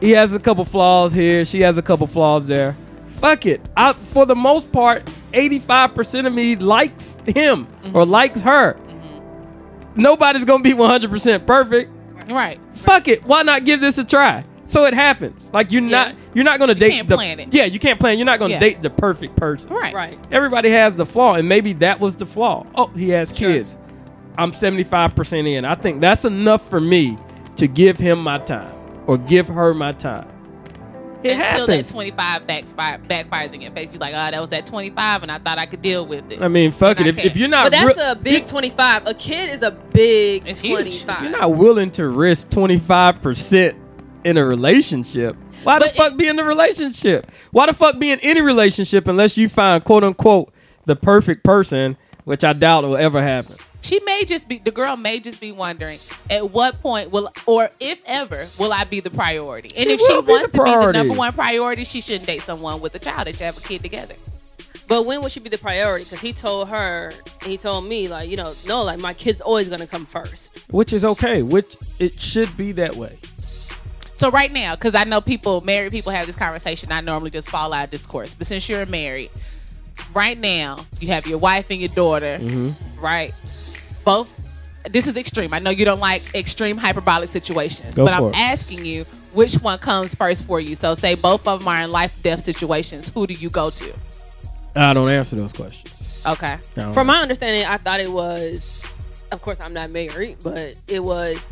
he has a couple flaws here, she has a couple flaws there. Fuck it. I for the most part, 85 percent of me likes him
Mm-hmm.
or likes her. Nobody's gonna be 100 percent perfect.
Right.
fuck it why not give this a try so it happens like you're not you're not gonna date
can't
the
plan it.
yeah you can't plan you're not gonna
Yeah.
date the perfect person
Right.
Right.
everybody has the flaw and maybe that was the flaw oh he has kids i'm 75% in i think that's enough for me to give him my time or give her my time it
Until
happens
that 25 backfire, backfires in your face. You're like, oh, that was that 25, and I thought I could deal with it.
i mean fuck
And I
it if,
can't.
if you're not
But that's
real-
a big 25. A kid is a big
It's huge.
25.
if you're not willing to risk 25% in a relationship. Why the
But
fuck
it-
be in a relationship? Why the fuck be in any relationship unless you find quote unquote the perfect person, which I doubt will ever happen.
She may just be the girl may just be wondering at what point will or if ever will I be the priority. And
She
if she
will be
wants
the
to be the
priority.
number one priority, she shouldn't date someone with a child. They should have a kid together.
But when would she be the priority? Because he told her, and he told me, like, you know, no, like my kid's always gonna come first.
Which is okay. Which it should be that way.
So right now, because I know people, married people have this conversation. I normally just fall out of discourse, but since you're married, right now you have your wife and your daughter,
Mm-hmm.
right? Both. This is extreme. I know you don't like extreme hyperbolic situations,
Go
but
for
I'm
it.
asking you which one comes first for you. So say both of them are in life death situations. Who do you go to?
I don't answer those questions.
Okay.
I don't.
From my understanding, I thought it was, of course, I'm not married, but it was,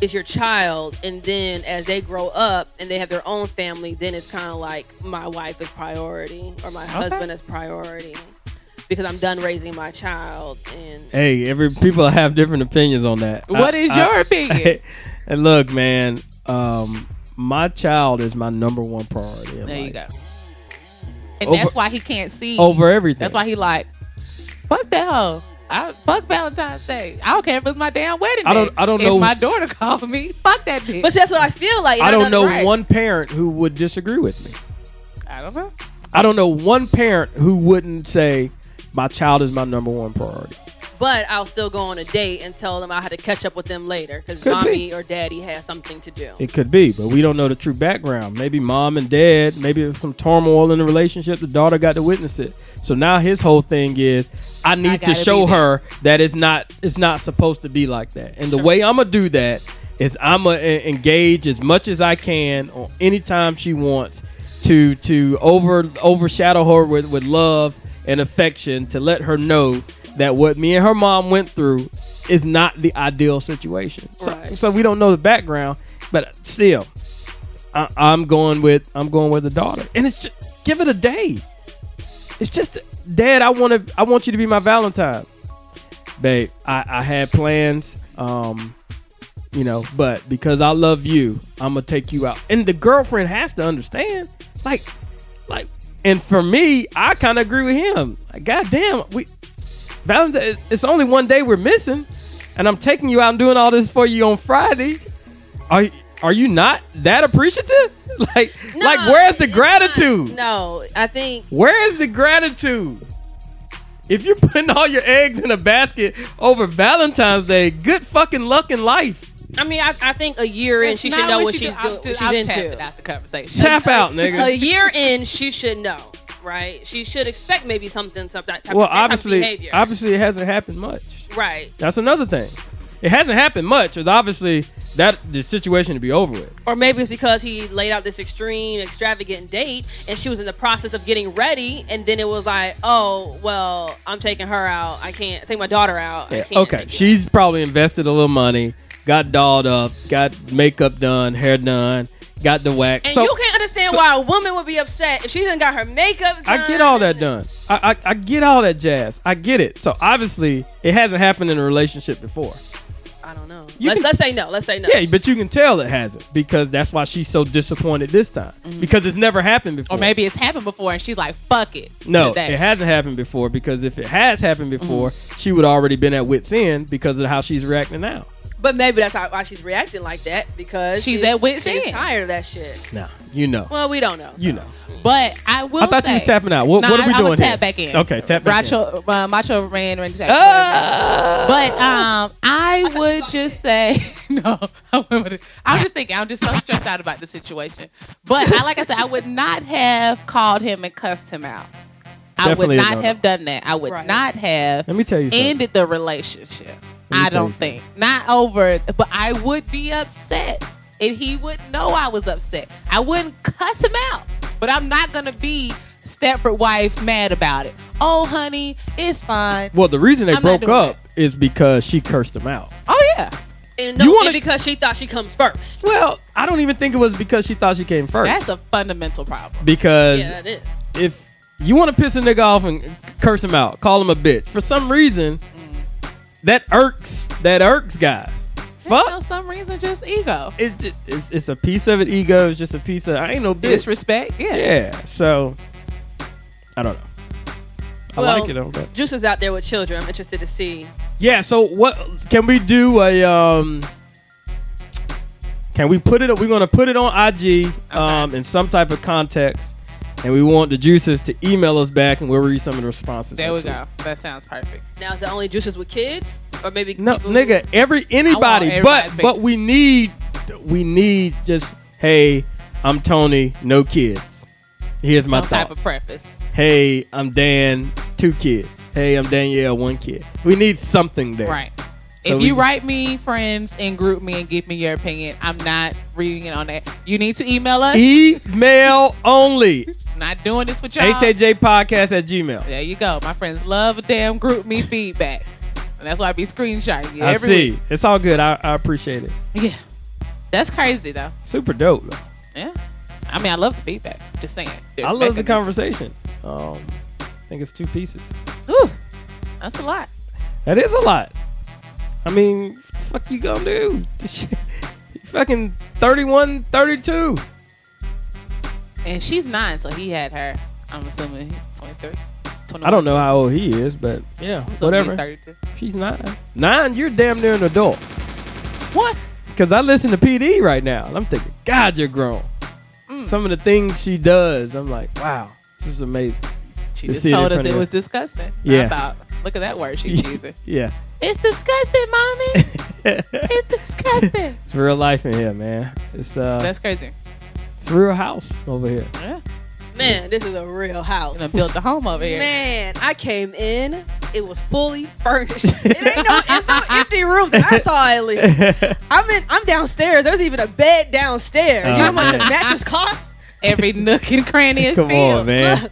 it's your child, and then as they grow up and they have their own family, then it's kind of like my wife is priority or my husband is priority because I'm done raising my child and.
hey, every people have different opinions on that.
What is your opinion?
and look, man, um, my child is my number one priority. in
there you
life.
go. And
Over-
that's why he can't see.
Over everything.
That's why he like, fuck that hoe. I fuck Valentine's Day. I don't care if it's my damn wedding.
I don't-
day.
I don't
if
know-
my daughter called me. Fuck that bitch.
But see, that's what I feel like. and
I
I've
don't
done
know
right.
one parent who would disagree with me.
I don't know.
I don't know one parent who wouldn't say my child is my number one priority.
but I'll still go on a date and tell them I had to catch up with them later because
Could be.
mommy or daddy has something to do.
It could be, but we don't know the true background. Maybe mom and dad, maybe there's some turmoil in the relationship. The daughter got to witness it. So now his whole thing is, I need to
gotta
show
be there.
her that it's not it's not supposed to be like that. And the way I'm gonna do that is I'm gonna engage as much as I can on any time she wants to to over overshadow her with with love and affection to let her know that what me and her mom went through is not the ideal situation. So,
Right.
so we don't know the background, but still, I, I'm going with I'm going with the daughter, and it's just give it a day. It's just, Dad, I want to I want you to be my Valentine, babe. I, I had plans, um, you know, but because I love you, I'm gonna take you out. And the girlfriend has to understand, like, like, and for me, I kind of agree with him. Like, God damn, we Valentine. it's- It's only one day we're missing, and I'm taking you out and doing all this for you on Friday. Are are you not that appreciative? Like,
No,
like, where's the
it's not-
gratitude?
no, I think
Where is the gratitude? If you're putting all your eggs in a basket over Valentine's Day, good fucking luck in life.
I mean I, I think a year in
It's
she
not
should know what
you
she's
do. I'm
doing.
just-
She's
I'm tapping
into
out the conversation.
Tap out,
a
nigga.
year in she should know, right? She should expect maybe something, some that type,
Well,
that type of
obviously,
behavior,
obviously, it hasn't happened much.
right?
That's another thing. It hasn't happened much. It's obviously that the situation to be over with.
Or maybe it's because he laid out this extreme, extravagant date, and she was in the process of getting ready, and then it was like, oh, well, I'm taking her out. I can't take my daughter out. I
Yeah,
can't
Okay,
make it.
she's probably invested a little money, got dolled up, got makeup done, hair done, got the wax.
And
So-
you can't understand
so-
why a woman would be upset if she didn't got her makeup done.
I get all that done. I, I I get all that jazz. I get it. So obviously, it hasn't happened in a relationship before.
I don't know.
You
let's,
can-
let's say no. Let's say no.
Yeah, but you can tell it hasn't because that's why she's so disappointed this time because it's never happened before.
Mm-hmm. Or maybe it's happened before and she's like, fuck it.
no,
Today. Mm-hmm.
it hasn't happened before because if it has happened before, she would already been at wit's end because of how she's reacting now.
But maybe that's how, why she's reacting like that because
She's at wit's
she's
end.
tired of that shit.
Now you know,
Well, we don't know.
you know.
but I will
I thought you
say,
was tapping out. What,
Nah,
what are we
I'm
doing
gonna
here?
tap back in.
Okay, tap back in.
Macho, uh, Macho Ran Randy Savage.
Ah!
But um, I would just say no. I wouldn't- I'm just thinking. I'm just so stressed out about the situation. But I, like I said, I would not have called him and cussed him out.
Definitely a
I would
no-no.
not have done that. I would
Right.
not have
Let me tell you something.
ended the relationship.
Let me
I
tell you
don't think not over, but I would be upset, and he would know I was upset. I wouldn't cuss him out, but I'm not gonna be Stepford wife mad about it. Oh, honey, it's fine.
well, the reason they
I'm not
broke
doing
up is because she cursed him out.
Oh yeah.
And no,
You wanna-
and because she thought she comes first.
Well, I don't even think it was because she thought she came first.
That's a fundamental problem.
because
Yeah, that is.
if you want to piss a nigga off and curse him out, call him a bitch for some reason, that irks that irks guys. For
For
fuck?
some reason, just ego,
It's, ju- it's it's a piece of it. Ego is just a piece of I ain't no bitch.
disrespect. Yeah.
Yeah. So I don't know. I
Well-
like it though. But.
Juice is out there with children. I'm interested to see.
Yeah. So what can we do? A um. Can we put it? We're gonna put it on IG um, in some type of context, and we want the juicers to email us back, and we'll read some of the responses.
There we
next week.
go. Oh, That sounds perfect.
Now, is that only juicers with kids, or maybe
No,
people-
nigga, every anybody, but
everybody's
but
face.
we need we need just hey, I'm Tony, no kids. Here's my
some
thoughts.
type of preface.
hey, I'm Dan, two kids. Hey, I'm Danielle, one kid. We need something there.
Right.
So
if
we-
you write me friends and group me and give me your opinion, I'm not reading it on that. You need to email us.
Email only.
not doing this with y'all.
HAJ podcast at Gmail.
There you go. My friends love a damn group me feedback. And that's why I be screenshotting you
I
every
see.
week.
It's all good. I, I appreciate it.
Yeah. That's crazy though.
Super dope. though.
Yeah. I mean I love the feedback. Just saying. There's
I love the
mechanisms.
conversation. Um, I think it's two pieces.
Ooh, that's a lot.
That is a lot. I mean, fuck you gonna do? Fucking 31, 32.
And she's nine, so he had her. I'm assuming he's 23. 21,
I don't know how old he is, but yeah,
I'm assuming he's
whatever.
32.
She's nine. Nine, you're damn near an adult.
What?
Because I listen to PD right now, and I'm thinking, God, you're grown.
Mm.
Some of the things she does, I'm like, wow, this is amazing.
She
To
just
see it in
told us
front of
it
you.
was disgusting.
Yeah.
I thought, look at that word she's using.
yeah.
It's disgusting, mommy.
it's
It's disgusting.
real life in here, man. It's uh,
That's crazy.
it's real house over here.
Yeah.
Man, this is a real house.
And I built the home over here.
Man, I came in. It was fully furnished. It ain't no, it's no empty room that I saw at least. I'm in. I'm downstairs. There's even a bed downstairs. you know how
Oh,
much the
man.
mattress cost?
Every nook and cranny is
Come
filled.
on, man.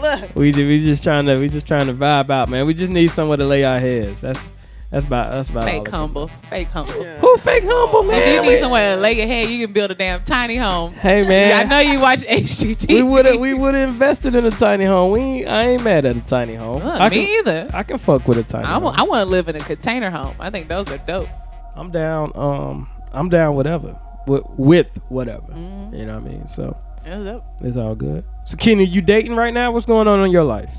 Look,
We just, we just trying to we just trying to vibe out, man. We just need somewhere to lay our heads. That's that's about that's about all
Fake
it-
humble. Fake humble.
Yeah.
Who fake humble
If
man?
you need
We-
somewhere to lay your head, you can build a damn tiny home.
hey
Yeah, I
man,
know you watch HGT.
we would have we would have invested in a tiny home. We ain't, I ain't mad at a tiny home.
Look,
I
me
can,
either.
I can fuck with a tiny.
I,
home.
wa- I want to live in a container home. I think those are dope.
I'm down. Um, I'm down. Whatever. With, with whatever. You know what I mean. So
Mm-hmm. That's dope.
it's all good. So Kenny, you dating right now? What's going on in your life?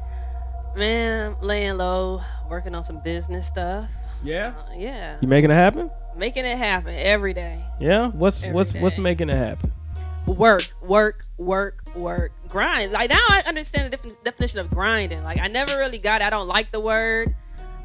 man, laying low, working on some business stuff. Uh,
Yeah.
Yeah,
You making it happen?
making it happen every day.
Yeah. What's
Every
what's what's
day.
making it happen?
work, work, work, work, grind. Like now I understand the different definition of grinding. Like I never really got it. I don't like the word,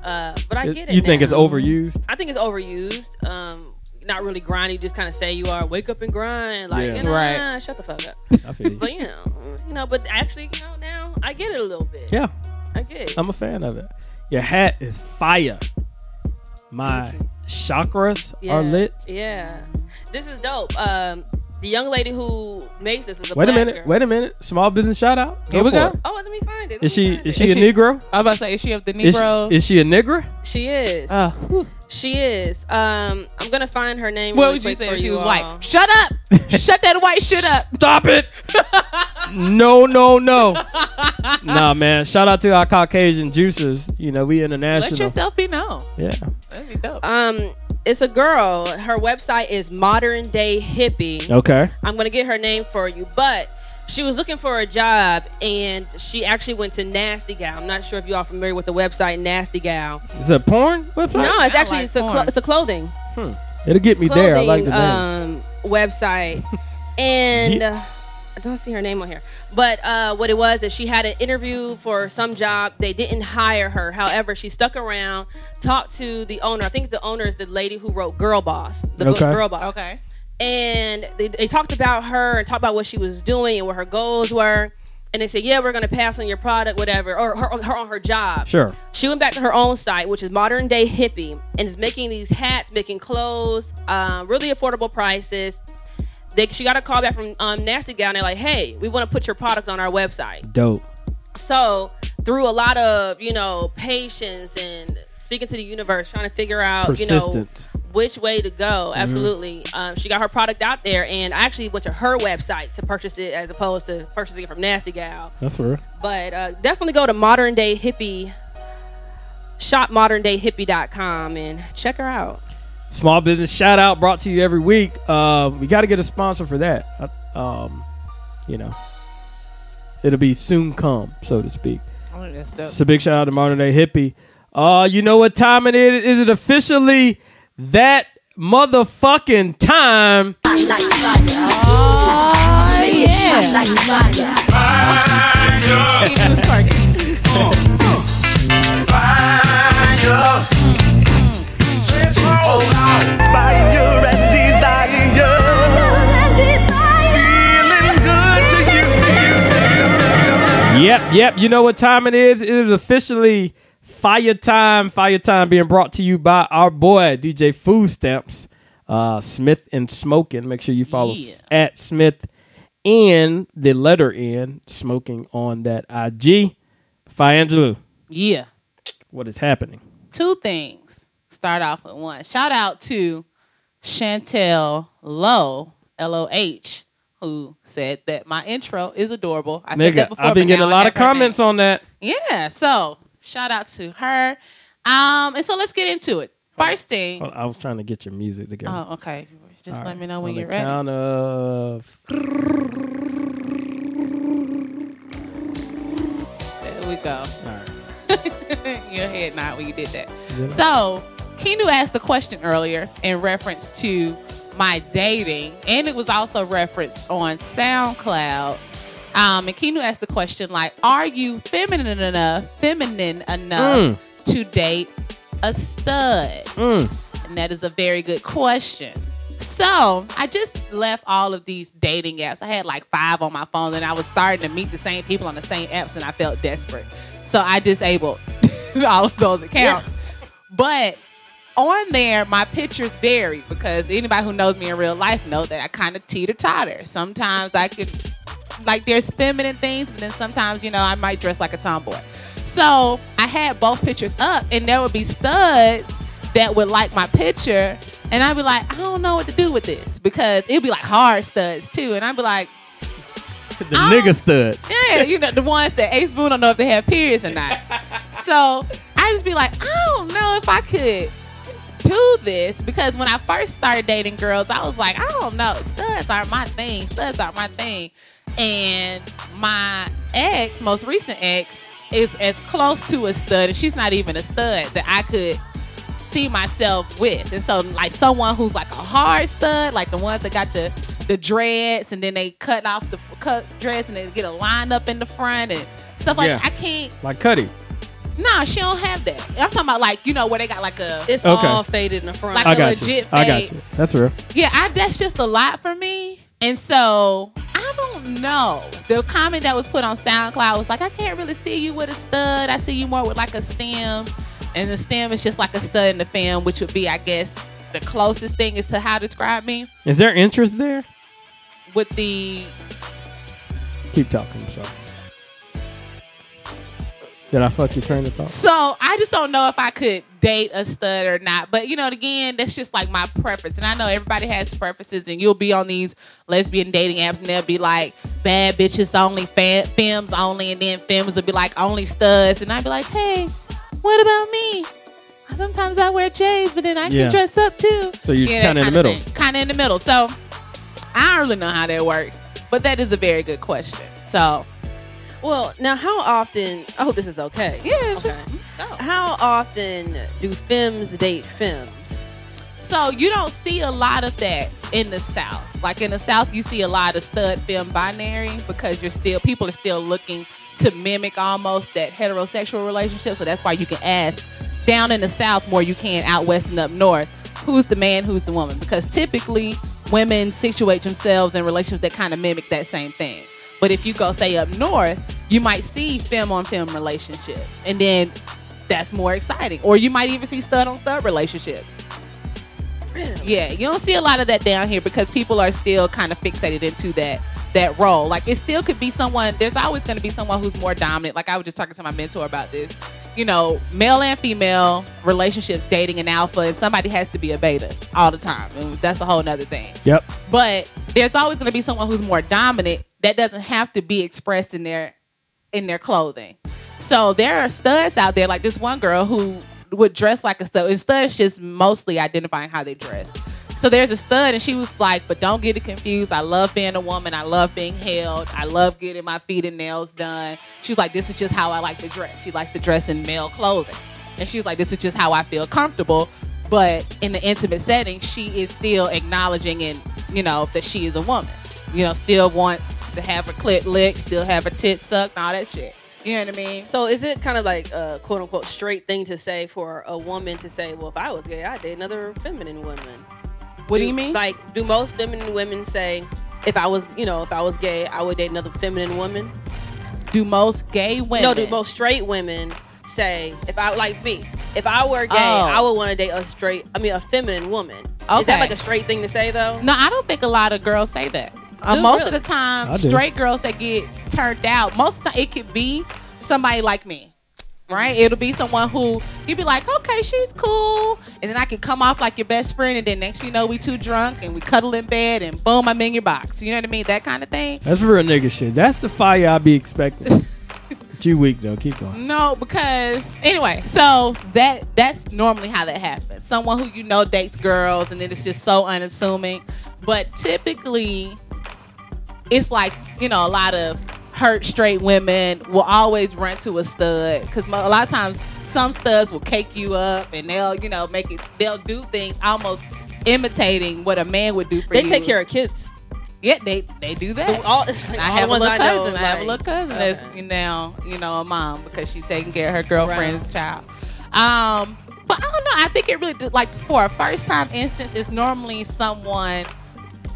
uh, but I get it.
you think it's
now.
overused?
I think it's overused. Um, not really grind. You just kind of say you are. Wake up and grind. Like
Yeah.
you know,
Right.
nah, shut the fuck up.
I feel you.
But you know, you know. But actually, you know, now I get it a little bit.
Yeah.
I get it.
I'm a fan of it. Your hat is fire. My
Thank
chakras
yeah.
are lit.
Yeah, this is dope. Um, the young lady who makes this is a
Wait a
black
minute.
girl.
Wait a minute. Small business shout out.
Here we
for
go.
it.
Oh, let me find it. Let
Is
me
she
find
is
it.
she
Is
a
she-
Negro?
I was about to say, is she of the
Is
Negro?
she, is she a Negro?
She is.
oh, whew.
She is. Um, I'm gonna find her name.
what
really
would you
quick
say
for
if she
you
was
all.
white? Shut up! Shut that white shit up!
Stop it. no, no, no. nah, man. Shout out to our Caucasian juicers. You know, we
Let
international.
yourself be known.
yeah.
That'd be dope.
Um, it's a girl. Her website is Modern Day Hippie.
Okay.
I'm gonna get her name for you, but she was looking for a job and she actually went to Nasty Gal. I'm not sure if you all familiar with the website Nasty Gal.
Is it porn website?
No, it's
I
actually
like
it's a clo-
porn.
it's a clothing
It'll get me
clothing
there. I like the name.
um website, and uh, I don't see her name on here. But uh, what it was is she had an interview for some job. They didn't hire her. However, she stuck around, talked to the owner. I think the owner is the lady who wrote Girl Boss, the book
Okay.
Girl Boss
Okay.
and they, they talked about her and talked about what she was doing and what her goals were. And they said, "Yeah, we're gonna pass on your product, whatever, or her, her on her job."
Sure.
She went back to her own site, which is modern day hippie, and is making these hats, making clothes, um, really affordable prices. They, she got a call back from um, Nasty Gal, and they're like, "Hey, we want to put your product on our website."
Dope.
So through a lot of you know patience and speaking to the universe, trying to figure out you know
Persistence.
which way to go. Absolutely. Um, she got her product out there, and I actually went to her website to purchase it as opposed to purchasing it from Nasty Gal.
That's real.
But uh, definitely go to modern day hippie shopmoderndayhippie.com and check her out.
Small business shout out brought to you every week. Uh, we got to get a sponsor for that. Uh, um, you know, it'll be soon come, so to speak.
I think that's dope.
It's a big shout out to Modern Day Hippie. Uh, you know what time it is? Is it officially that motherfucking time?
Oh, yeah. Eating this turkey.
Fire and desire. Feeling good to you, you,
Yep, yep. You know what time it is? It is officially fire time. Fire time being brought to you by our boy DJ Food Stamps, uh, Smith and Smoking. Make sure you follow
Yeah.
s- at Smith and the letter N Smoking on that IG. Fiangelo,
Yeah.
what is happening?
Two things. Start off with one. Shout out to Chantel Lowe, L O H, who said that my intro is adorable. I said that
Nigga,
before.
I've
but
been getting
now
a
I
lot of
have her name.
comments on that.
Yeah. So shout out to her. Um, and so let's get into it. First thing.
Well, I was trying to get your music together.
Oh, okay. Just
All
let
right.
me know when
On the
you're ready.
Count of
There we go.
All right.
Your head nod when you did that.
Yeah.
So Kenu asked a question earlier in reference to my dating, and it was also referenced on SoundCloud. Um, and Kenu asked the question like, "Are you feminine enough, feminine enough to date a stud?"
Mm.
And that is a very good question. So I just left all of these dating apps. I had like five on my phone, and I was starting to meet the same people on the same apps, and I felt desperate. So I disabled all of those accounts. But on there, my pictures vary because anybody who knows me in real life know that I kind of teeter totter. Sometimes I could, like, there's feminine things, but then sometimes, you know, I might dress like a tomboy. So I had both pictures up, and there would be studs that would like my picture, and I'd be like, I don't know what to do with this because it'd be like hard studs too, and I'd be like,
The
I
nigga
don't-
studs.
yeah, you know, the ones that Ace Boone don't know if they have periods or not. So I just be like, I don't know if I could do this because when I first started dating girls, I was like, I don't know. Studs are my thing. Studs are my thing. And my ex, most recent ex, is as close to a stud, and she's not even a stud that I could see myself with. And so like someone who's like a hard stud, like the ones that got the the dreads and then they cut off the f- cut dreads and they get a line up in the front and stuff like
Yeah.
that. I can't
Like Cuddy.
nah, she don't have that. I'm talking about like, you know, where they got like a
It's
Okay.
all faded in the front.
Like
I
a
got you.
legit
I got
fake.
you. That's real.
yeah, I, that's just a lot for me. And so I don't know. The comment that was put on SoundCloud was like, I can't really see you with a stud. I see you more with like a stem. And the stem is just like a stud in the film, which would be, I guess, the closest thing is to how to describe me
Is there interest there?
with the
Keep talking. I'm sorry. Did I fuck your train of thought?
So I just don't know if I could date a stud or not. But you know, again, that's just like my preference. And I know everybody has preferences, and you'll be on these lesbian dating apps, and they'll be like bad bitches only, fam- femmes only, and then femmes will be like only studs, and I'd be like, hey, what about me? Sometimes I wear J's, but then I
Yeah.
can dress up too.
So you're kinda in the middle.
Kind of in the middle. So I don't really know how that works, but that is a very good question. So
Well, now how often? I hope this is okay.
yeah,
Okay.
just go.
How often do femmes date femmes?
So you don't see a lot of that in the South. Like in the South, you see a lot of stud film binary because you're still people are still looking to mimic almost that heterosexual relationship. So that's why you can ask down in the South more you can out west and up north who's the man, who's the woman because typically women situate themselves in relationships that kind of mimic that same thing. But if you go say up north, you might see femme on femme relationships, and then that's more exciting. Or you might even see stud on stud relationships.
Really?
Yeah, you don't see a lot of that down here because people are still kind of fixated into that that role. Like it still could be someone. There's always going to be someone who's more dominant. Like I was just talking to my mentor about this. You know, male and female relationships, dating an alpha, and somebody has to be a beta all the time, and that's a whole nother thing.
Yep.
But there's always going to be someone who's more dominant that doesn't have to be expressed in their in their clothing. So there are studs out there, like this one girl who would dress like a stud. And stud's just mostly identifying how they dress. So there's a stud, and she was like, "But don't get it confused. I love being a woman. I love being held. I love getting my feet and nails done." She's like, "This is just how I like to dress. She likes to dress in male clothing." And she was like, "This is just how I feel comfortable." But in the intimate setting, she is still acknowledging and you know that she is a woman. You know, still wants to have her clit licked, still have her tits sucked, and all that shit. You know what I mean?
So is it kind of like a quote unquote straight thing to say for a woman to say, well, if I was gay, I'd date another feminine woman?
What do you mean?
Like, do most feminine women say, if I was, you know, if I was gay, I would date another feminine woman?
do most gay women?
No, do most straight women say, if I like me, if I were gay,
Oh.
I would want to date a straight, I mean, a feminine woman. Is that
Okay.
like a straight thing to say though?
No, I don't think a lot of girls say that. Uh,
Do
most
really?
of the time,
I do.
straight girls that get turned out, most of the time it could be somebody like me, right? It'll be someone who you'd be like, okay, she's cool, and then I could come off like your best friend, and then next thing you know, we too drunk and we cuddle in bed, and boom, I'm in your box. You know what I mean? That kind of thing.
That's real nigga shit. That's the fire I be expecting. G week though. Keep going.
No, because anyway, so that that's normally how that happens. Someone who you know dates girls, and then it's just so unassuming. But typically, it's like you know a lot of hurt straight women will always run to a stud because a lot of times some studs will cake you up and they'll you know make it they'll do things almost imitating what a man would do for
They
you.
take care of kids.
yeah they they do that.
All, it's like
I
all the
have a
ones
little
I know,
cousin. I have a
like-
little cousin that's
Okay.
now, you know, a mom because she's taking care of her girlfriend's child. Um, but I don't know. I think it really did, like for a first time instance, it's normally someone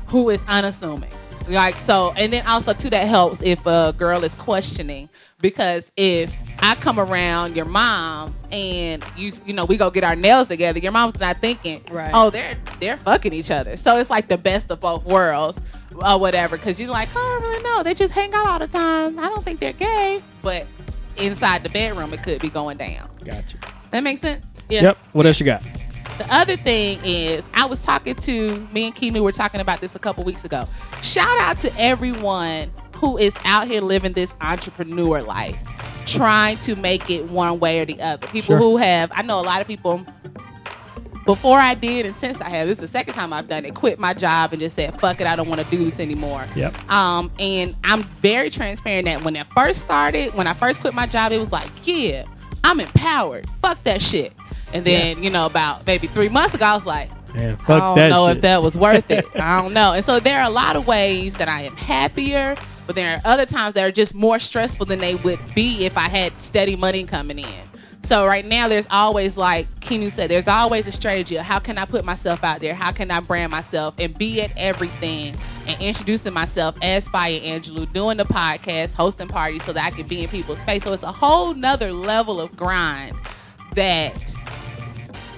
who is unassuming. Like so, and then also too that helps if a girl is questioning because if I come around your mom and you you know we go get our nails together, your mom's not thinking,
Right.
oh they're they're fucking each other. So it's like the best of both worlds or whatever because you're like, oh, I don't really know. They just hang out all the time. I don't think they're gay, but inside the bedroom it could be going down.
Gotcha.
That makes sense.
Yeah.
Yep. What else you got?
The other thing is, I was talking to me and Keenu were talking about this a couple weeks ago. Shout out to everyone who is out here living this entrepreneur life, trying to make it one way or the other. People
Sure.
who have, I know a lot of people before I did and since I have, this is the second time I've done it, quit my job and just said, fuck it, I don't want to do this anymore.
Yep.
Um, and I'm very transparent that when I first started, when I first quit my job, it was like, yeah, I'm empowered. Fuck that shit. And then, you know, about maybe three months ago, I was like,
Man, fuck
I don't
that
know
shit.
if that was worth it. I don't know. And so there are a lot of ways that I am happier, but there are other times that are just more stressful than they would be if I had steady money coming in. So right now, there's always like Kenu said, there's always a strategy of how can I put myself out there, how can I brand myself and be at everything, and introducing myself as Fire Angelou, doing the podcast, hosting parties, so that I can be in people's face. So it's a whole nother level of grind that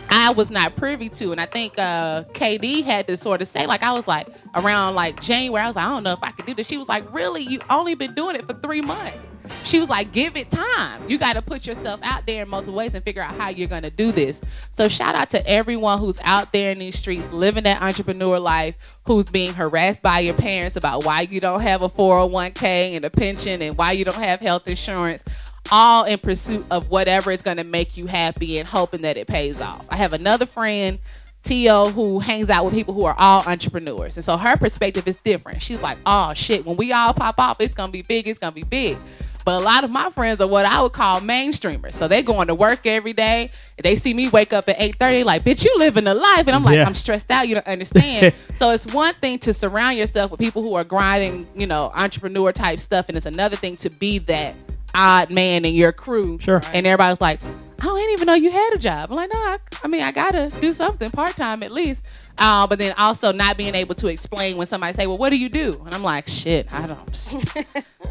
I was not privy to. And I think uh, KD had to sort of say, like, I was like, around like January, I was like, I don't know if I could do this. She was like, Really? You only been doing it for three months. She was like, Give it time. You got to put yourself out there in multiple ways and figure out how you're going to do this. So, shout out to everyone who's out there in these streets living that entrepreneur life, who's being harassed by your parents about why you don't have a 401k and a pension and why you don't have health insurance all in pursuit of whatever is going to make you happy and hoping that it pays off. I have another friend, Tio, who hangs out with people who are all entrepreneurs. And so her perspective is different. She's like, oh shit, when we all pop off, it's going to be big, it's going to be big. But a lot of my friends are what I would call mainstreamers. So they're going to work every day. They see me wake up at 8.30 like, bitch, you living a life. And I'm like,
Yeah.
I'm stressed out. You don't understand. so it's one thing to surround yourself with people who are grinding, you know, entrepreneur type stuff. And it's another thing to be that odd man in your crew.
Sure.
And everybody's like, I didn't even know you had a job. I'm like, no, I, I mean, I gotta do something part time at least. Uh, but then also not being able to explain when somebody say, well, what do you do? And I'm like, shit, I don't.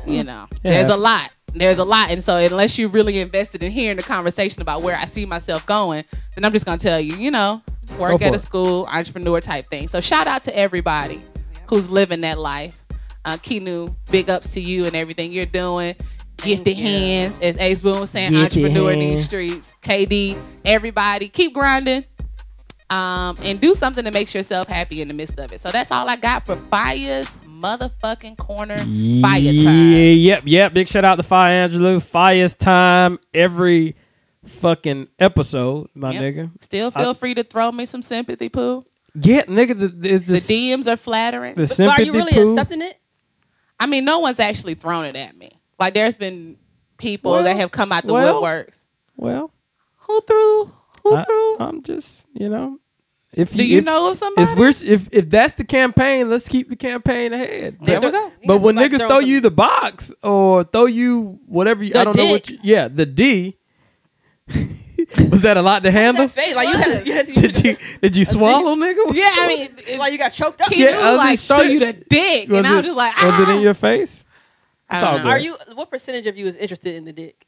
you know,
Yeah.
there's a lot. There's a lot. And so unless you're really invested in hearing the conversation about where I see myself going, then I'm just gonna tell you, you know, work
for
at a
it.
school, entrepreneur type thing. So shout out to everybody who's living that life. Uh, Kinu, big ups to you and everything you're doing. Gifted hands, as Ace Boone was saying,
Gifted
entrepreneur in these
hands.
streets. KD, everybody, keep grinding. Um, and do something that makes yourself happy in the midst of it. So that's all I got for Fire's motherfucking corner fire
Yeah,
time.
yep, yep. Big shout out to Fire Angelou. Fire's time every fucking episode, my
Yep.
nigga.
Still feel free to throw me some sympathy poo.
Yeah, nigga, the
The
the, the,
DMs are flattering.
the
But are
sympathy
you really
poo.
accepting it?
I mean, no one's actually thrown it at me. Like there's been people
Well,
that have come out the
well.
woodworks.
Well,
Who threw? Who
I,
threw?
I'm just you know, if
Do you
if,
know of somebody?
if we're if if that's the campaign, let's keep the campaign ahead.
There
but
we go.
but when
Somebody
niggas
throw
throw
some-
you the box or throw you whatever, you, I
The
don't know what.
dick.
You, yeah, the D. was that a lot to handle?
That face, like you had, you had
Did you did you swallow, nigga?
Yeah, I mean, it-
like you got choked up.
he
Yeah,
knew,
I was
like
just
throw
saying-
you the dick,
Was
and I was
it-
just like, ah.
was it in your face?
I
It's
don't
all
know.
good.
Are you? What percentage of you is interested in the dick?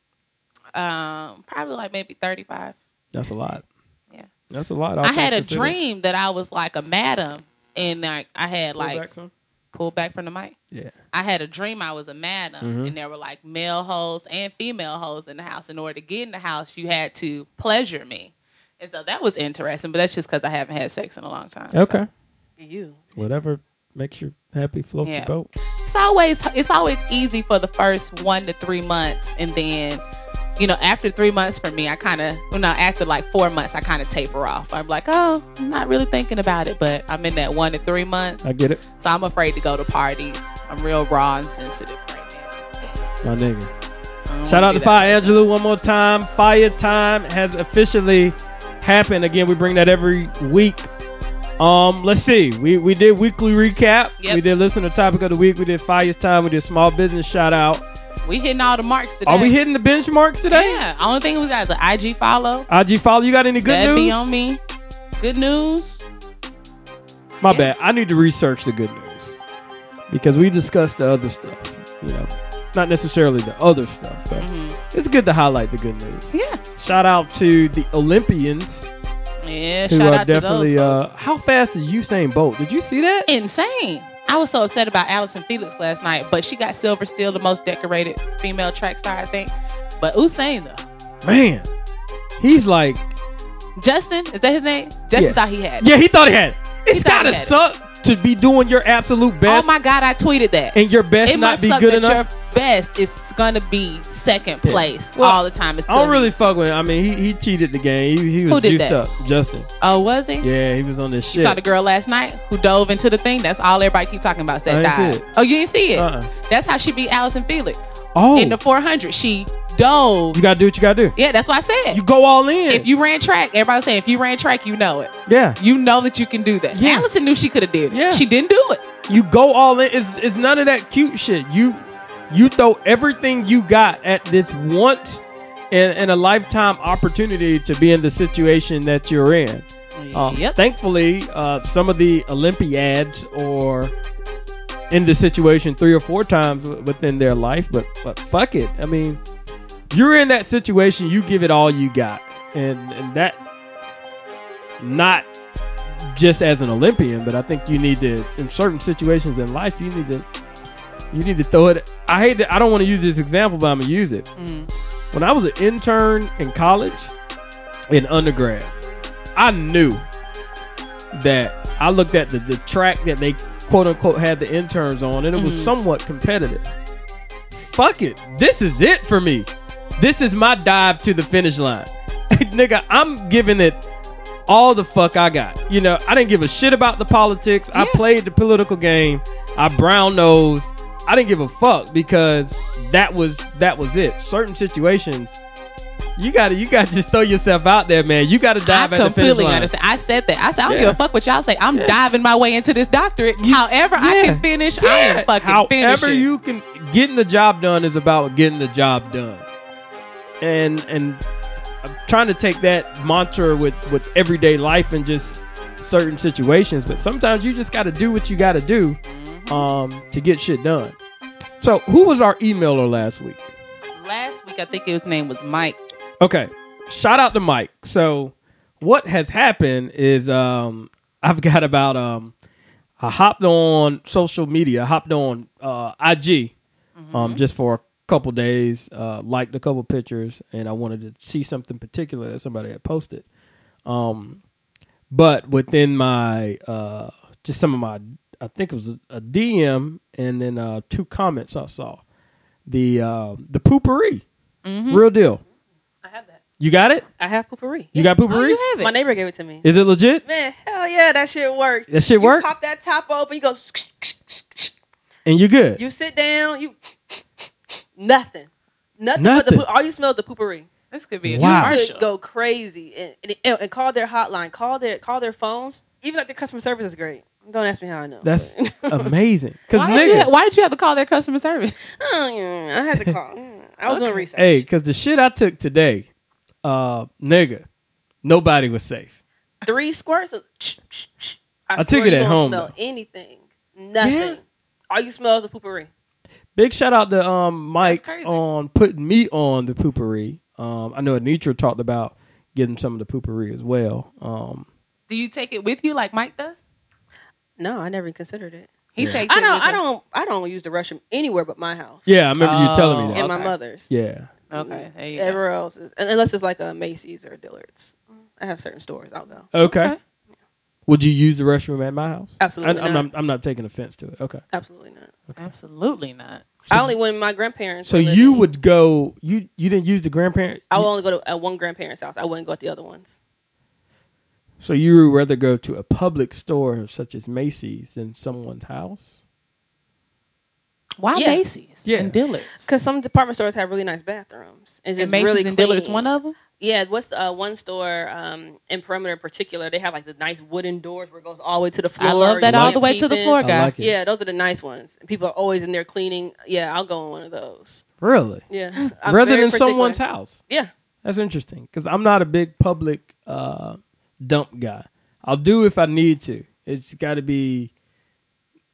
Um, probably like maybe thirty-five.
That's a lot.
Yeah.
That's a lot. all
I had a
things considered.
dream that I was like a madam, and like I had
Pull
like
back some.
pulled back from the mic.
Yeah.
I had a dream I was a madam,
Mhm.
and there were like male hoes and female hoes in the house. In order to get in the house, you had to pleasure me, and so that was interesting. But that's just because I haven't had sex in a long time. so.
Okay.
You.
Whatever makes you happy, float
Yeah.
your boat.
it's always it's always easy for the first one to three months, and then you know after three months for me, I kind of well no after like four months, I kind of taper off. I'm like, oh, I'm not really thinking about it, but I'm in that one to three months,
I get it,
so I'm afraid to go to parties. I'm real raw and sensitive right now.
my
I
nigga.
don't
Shout
wanna
out
be that
to Fire
person.
Angelou one more time. Fire Time has officially happened. Again, we bring that every week. Um, let's see. We we did weekly recap.
Yep.
We did listener topic of the week. We did Fire Time. We did small business shout out.
We hitting all the marks today.
Are we hitting the benchmarks today?
Yeah. Only thing we got is an IG follow.
IG follow. You got any good
That'd
news?
be on me. Good news.
My bad. I need to research the good news because we discussed the other stuff. You know, not necessarily the other stuff, but it's good to highlight the good news.
Mm-hmm. Yeah.
Shout out to the Olympians
Yeah.
who
shout
are
out
definitely.
to those folks.
uh, how fast is Usain Bolt? Did you see that?
insane. I was so upset about Allison Felix last night, but she got silver still, the most decorated female track star, I think. But Usain though,
Man, he's like,
Justin is that his name? Justin
Yeah.
thought he had. it.
yeah, he thought he had. It. It's
thought he
gotta
had it.
suck to be doing your absolute
Oh
best
my God, I tweeted that.
and your best
it
not
must
be
suck
good
that
enough.
your best is gonna be second
Yeah.
place
Well,
all the time. It's
I don't
too-
really fuck with him. I mean, he, he cheated the game. He, he was
Who did
juiced
that?
up. Justin.
Oh, was he?
Yeah, he was on this
You
shit.
saw the girl last night who dove into the thing. That's all everybody keep talking about. is That
I ain't
dive.
see it.
Oh, you didn't see it.
Uh-uh.
That's how she beat Allison Felix
oh,
in the 400. She dove.
you gotta do what you gotta do.
yeah, that's what I said.
You go all in.
if you ran track, everybody saying if you ran track, you know it.
yeah,
You know that you can do that.
Yeah.
Allison knew she could have did it.
Yeah.
She didn't do it.
you go all in. It's, it's none of that cute shit. You you throw everything you got at this once and, and a lifetime opportunity to be in the situation that you're in. Um, Thankfully, uh, some of the Olympiads or in the situation three or four times w- within their life, but but fuck it. I mean, you're in that situation. You give it all you got, and and that not just as an Olympian, but I think you need to in certain situations in life you need to you need to throw it. I hate that I don't want to use this example, but I'm gonna use it. When I was an intern in college, in undergrad, I knew that I looked at the, the track that they quote unquote had the interns on, and it was somewhat competitive. Fuck it. This is it for me. This is my dive to the finish line. Nigga, I'm giving it all the fuck I got. You know, I didn't give a shit about the politics. I played the political game. I brown nosed. I didn't give a fuck because that was that was it. Certain situations, you gotta you gotta just throw yourself out there, man. You gotta
I
dive at the finish
completely
line.
understand. I said that. I said, I don't
Yeah.
give a fuck what y'all say. I'm diving my way into this doctorate. However, I
yeah.
can finish. I am fucking
However,
finishing.
you can getting the job done is about getting the job done, and and I'm trying to take that mantra with with everyday life and just certain situations. But sometimes you just got to do what you got to do
Mm-hmm.
um, to get shit done. So, who was our emailer last week?
Last week, I think his name was Mike.
Okay, shout out to Mike. So, what has happened is um, I've got about um, I hopped on social media, I hopped on uh, IG um, just for a couple days, uh, liked a couple pictures, and I wanted to see something particular that somebody had posted. Um, but within my uh, just some of my, I think it was a, a DM and then uh, two comments I saw the uh, the poopery, real deal.
I have that.
You got it?
Mm-hmm. I have potpourri.
You got
Oh,
poopery?
you have it.
My neighbor gave it to me.
Is it legit?
Man, hell yeah, that shit works.
That shit
you
work?
Pop that top open. You go.
And you good.
You sit down. You nothing. Nothing. But the,
Nothing.
poo- all you smell is the poopery.
This could be a
Wow.
could
commercial.
go crazy and, and, and call their hotline, call their call their phones. Even like their customer service is great. Don't ask me how I know.
That's
but-
amazing. Cause
Why did, you,
nigga,
ha- why did you have to call their customer service?
Oh, yeah, I had to call. I was doing research.
hey, cause the shit I took today, uh, nigga, nobody was safe.
Three squirts. Of, I,
took
swear
it
you
at
don't
home,
Smell
though.
anything? Nothing.
Yeah.
All you smell is a poopery.
Big shout out to um Mike
crazy.
on putting me on the poopery. Um, I know Anitra talked about getting some of the poopery as well. Um,
Do you take it with you like Mike does?
No, I never even considered it.
He takes
I
it.
don't.
with
I
him.
don't. I don't use the restroom anywhere but my house.
yeah, I remember you telling
Oh.
me
and
that.
Yeah.
my
Okay.
mother's. Mm-hmm.
Yeah,
Okay, there you go.
Everywhere else is unless it's like a Macy's or a Dillard's. I have certain stores. I'll go.
Okay.
Okay.
Would you use the restroom at my house?
Absolutely
I, I'm
not.
I'm not taking offense to it. Okay.
Absolutely not.
Absolutely not.
I only when my grandparents.
So
were
you
living.
would go. You you didn't use the grandparent.
I would only go to at one grandparent's house. I wouldn't go at the other ones.
So you would rather go to a public store such as Macy's than someone's house.
Why
Yeah.
Macy's
Yeah.
and Dillard's?
Because some department stores have really nice bathrooms. It's just
And Macy's
really
and Dillard's
clean.
one of them.
Yeah, what's the, uh, one store um, in Perimeter in particular? They have like the nice wooden doors where it goes all the way to the floor.
I love that
You
all
can't
the way to
peep
the
in.
floor,
I
guy.
like it.
Yeah, those are the nice ones. People are always in there cleaning. Yeah, I'll go in one of those.
Really? Hmm.
Yeah, I'm
Rather
very
than
particular.
someone's house.
Yeah,
That's interesting because I'm not a big public uh, dump guy. I'll do if I need to. It's got to be.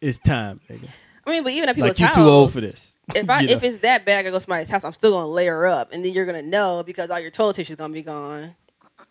It's time. Nigga.
I mean, but even at people's
Like you
house,
too old for this.
If I
You know?
if it's that bad, I go to somebody's house. I'm still gonna layer up, and then you're gonna know because all your toilet tissue's gonna be gone.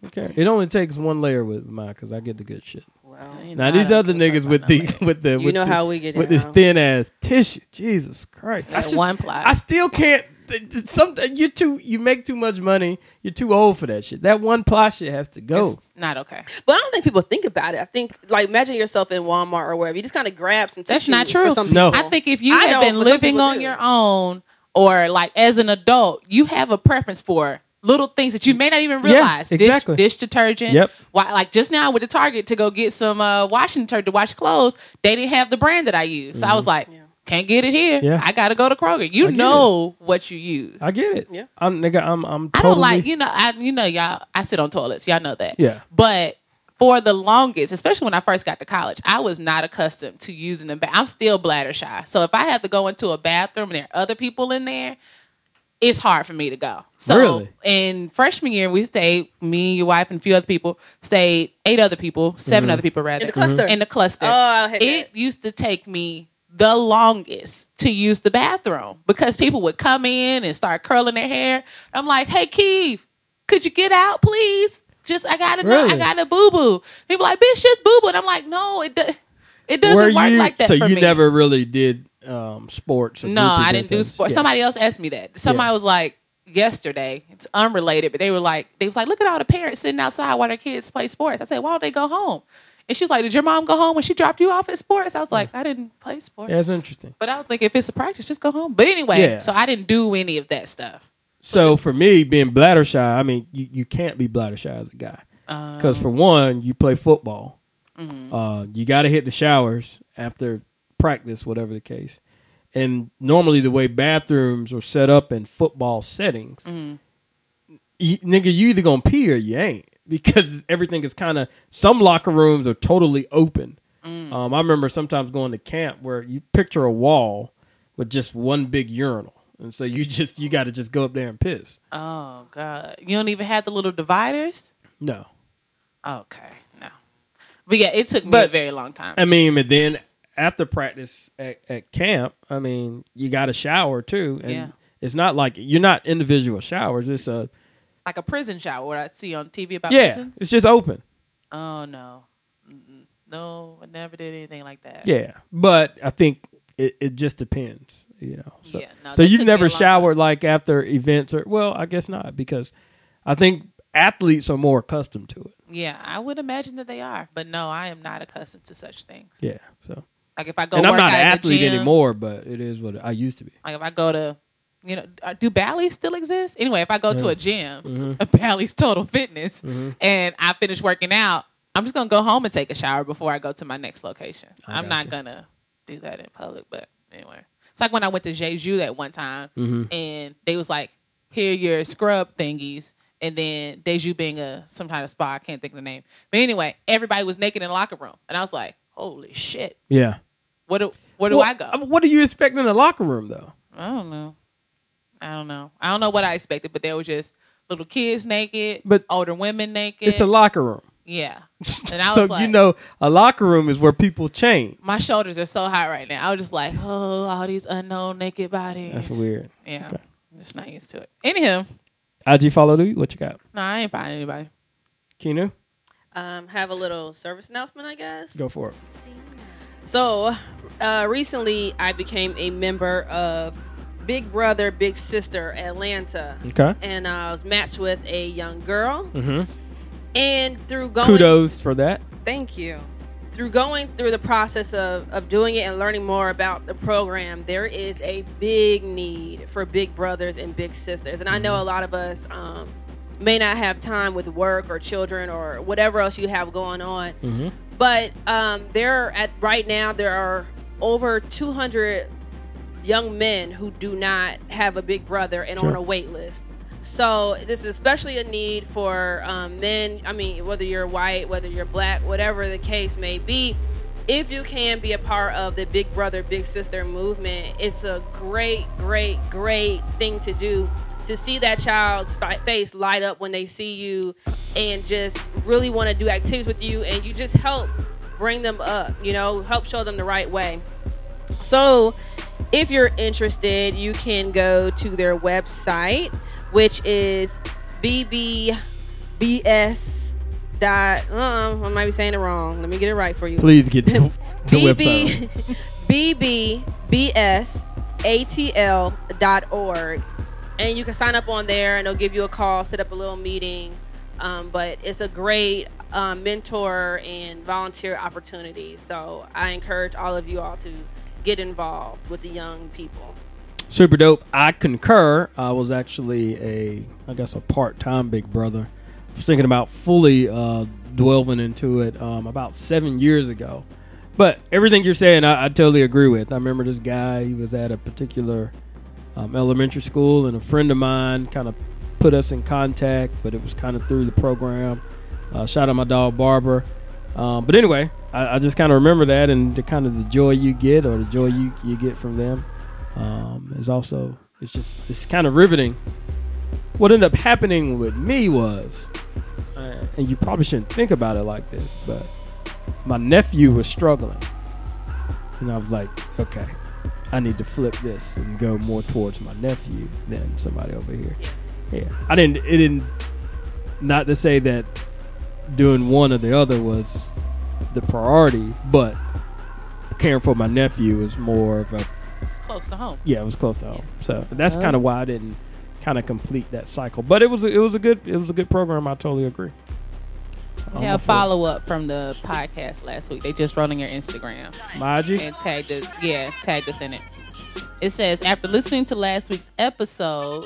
Okay. It only takes one layer with mine because I get the good shit.
Well,
Now these other niggas with the with the
You
with
know
the-
how we get
with this
down.
thin ass tissue. Jesus Christ! I
That one ply.
I still can't. th- th- Some you too. You make too much money. You're too old for that shit. That one ply shit has to go.
It's not okay.
But I don't think people think about it. I think like imagine yourself in Walmart or wherever. You just kind of grab some.
That's
tissue
not
for
true.
some
No.
people.
I think if you
I don't,
have been
but some
living
people
on
do.
your own or like as an adult, you have a preference for little things that you may not even realize.
exactly.
Dish, dish detergent.
Yep.
Why, like just now with the Target to go get some uh, washing detergent to wash clothes, they didn't have the brand that I use. So I was like, can't get it here.
Mm-hmm. Yeah.
I got to go to Kroger. You
I get
know what you use.
I get it.
Yeah.
I'm nigga. I'm I'm
I
totally.
don't like you know I you know y'all I sit on toilets y'all know that
Yeah.
but for the longest especially when I first got to college I was not accustomed to using them but I'm still bladder shy so if I have to go into a bathroom and there are other people in there it's hard for me to go so
Really?
in freshman year we stayed me your wife and a few other people stayed eight other people 7
Mm-hmm.
other people rather
the cluster.
in the cluster
Oh, I hate
it used to take me the longest to use the bathroom because people would come in and start curling their hair. I'm like, hey Keith, could you get out, please? Just I gotta know, I
Really?
gotta boo boo. People like, bitch, just boo boo. And I'm like, no, it do- it doesn't
Were
work
you-
like that
So
for
you
me.
never really did um, sports. Or
no,
group
I didn't do
events and-
sports.
yeah.
Somebody else asked me that. Somebody
Yeah.
was like yesterday. It's unrelated, but they were like, they was like, look at all the parents sitting outside while their kids play sports. I said, why don't they go home? And she was like, did your mom go home when she dropped you off at sports? I was like, I didn't play sports.
Yeah, that's interesting.
But I was like, if it's a practice, just go home. But anyway,
Yeah.
so I didn't do any of that stuff.
So for me, being bladder shy, I mean, you, you can't be bladder shy as a guy because for one, you play football. Uh, you got to hit the showers after practice, whatever the case. And normally, the way bathrooms are set up in football settings, you- nigga, you either gonna pee or you ain't because everything is kind of. Some locker rooms are totally open. Um, I remember sometimes going to camp where you picture a wall with just one big urinal, and so you just you got to just go up there and piss.
Oh God, you don't even have the little dividers.
No,
Okay, no. But yeah, it took me
But-
a very long time.
I mean, but then after practice at, at camp, I mean, you got a shower too, and
Yeah.
it's not like you're not individual showers. It's a
like a prison shower, what I see on TV about
yeah,
prisons.
it's just open.
Oh no, Mm-mm. no, I never did anything like that.
Yeah, but I think it, it just depends, you know. So,
Yeah, no,
so
that
you've
took me a
never
long
showered like after events or well, I guess not because I think athletes are more accustomed to it.
yeah, I would imagine that they are, but no, I am not accustomed to such things.
Yeah, so
Like if I go,
and
work
I'm not
out
an
at the
athlete
gym,
anymore, but it is what I used to be.
Like if I go to You know, uh, do Bally's still exist? Anyway, if I go to a gym,
Mm-hmm.
a Bally's Total Fitness, and I finish working out, I'm just gonna go home and take a shower before I go to my next location.
I
I'm not
gotcha.
gonna do that in public, but anyway, it's like when I went to Jeju that one time,
Mm-hmm.
and they was like, "Here are your scrub thingies." And then Deju being a some kind of spa, I can't think of the name. But anyway, everybody was naked in the locker room, and I was like, "Holy shit!
Yeah.
What do where do
Well,
I go?
I mean, What do you expect in the locker room though?
I don't know. I don't know. I don't know what I expected, but there were just little kids naked,
But
older women naked.
It's a locker room.
yeah. And I
so
was like,
you know, a locker room is where people change.
my shoulders are so high right now. I was just like, oh, all these unknown naked bodies.
That's weird.
Yeah, I'm just not used to it. Anywho,
IG follow do you? What you got,
no, I ain't buying anybody.
Kenu?
Um, have a little service announcement, I guess.
Go for it.
So, uh, recently I became a member of Big Brother, Big Sister Atlanta,
Okay.
and I was matched with a young girl.
Mm-hmm.
And through going,
Kudos for that.
Thank you. Through going through the process of, of doing it and learning more about the program, there is a big need for big brothers and big sisters. And I know a lot of us um, may not have time with work or children or whatever else you have going on.
Mm-hmm.
Mhm.
But um, there are- at right now there are over 200 young men who do not have a big brother and
Sure.
on a wait list. So this is especially a need for um, men. I mean, whether you're white, whether you're black, whatever the case may be, if you can be a part of the Big Brother Big Sister movement, it's a great, great, great thing to do. To see that child's fi- face light up when they see you, and just really want to do activities with you, and you just help bring them up. You know, help show them the right way. So, if you're interested, you can go to their website, which is bbbs. Dot, uh, I might be saying it wrong. Let me get it right for you.
Please get the website.
BB, BBBSATL.org. And you can sign up on there and they'll give you a call, set up a little meeting. Um, but it's a great um, mentor and volunteer opportunity. So I encourage all of you all to get involved with the young people.
Super dope. I concur. I was actually a, I guess, a part-time Big Brother. I was thinking about fully uh, delving into it um, about seven years ago. But everything you're saying, I, I totally agree with. I remember this guy. He was at a particular um, elementary school, and a friend of mine kind of put us in contact, but it was kind of through the program. Uh, shout out my dog Barber. Um, but anyway, I, I just kind of remember that, and the kind of the joy you get, or the joy you, you get from them um, is also it's just it's kind of riveting. What ended up happening with me was, uh, and you probably shouldn't think about it like this, but my nephew was struggling, and I was like, okay, I need to flip this and go more towards my nephew than somebody over here. Yeah, I didn't. It didn't. Not to say that doing one or the other was the priority, but caring for my nephew was more of a
It's close to home.
yeah, it was close to home. So that's
Oh.
kind of why I didn't kind of complete that cycle. But it was a, it was a good it was a good program. I totally agree.
We
Um,
had a
before-
follow up from the podcast last week. They just wrote on your Instagram.
My IG?
and tagged us. Yeah, tagged us in it. It says after listening to last week's episode,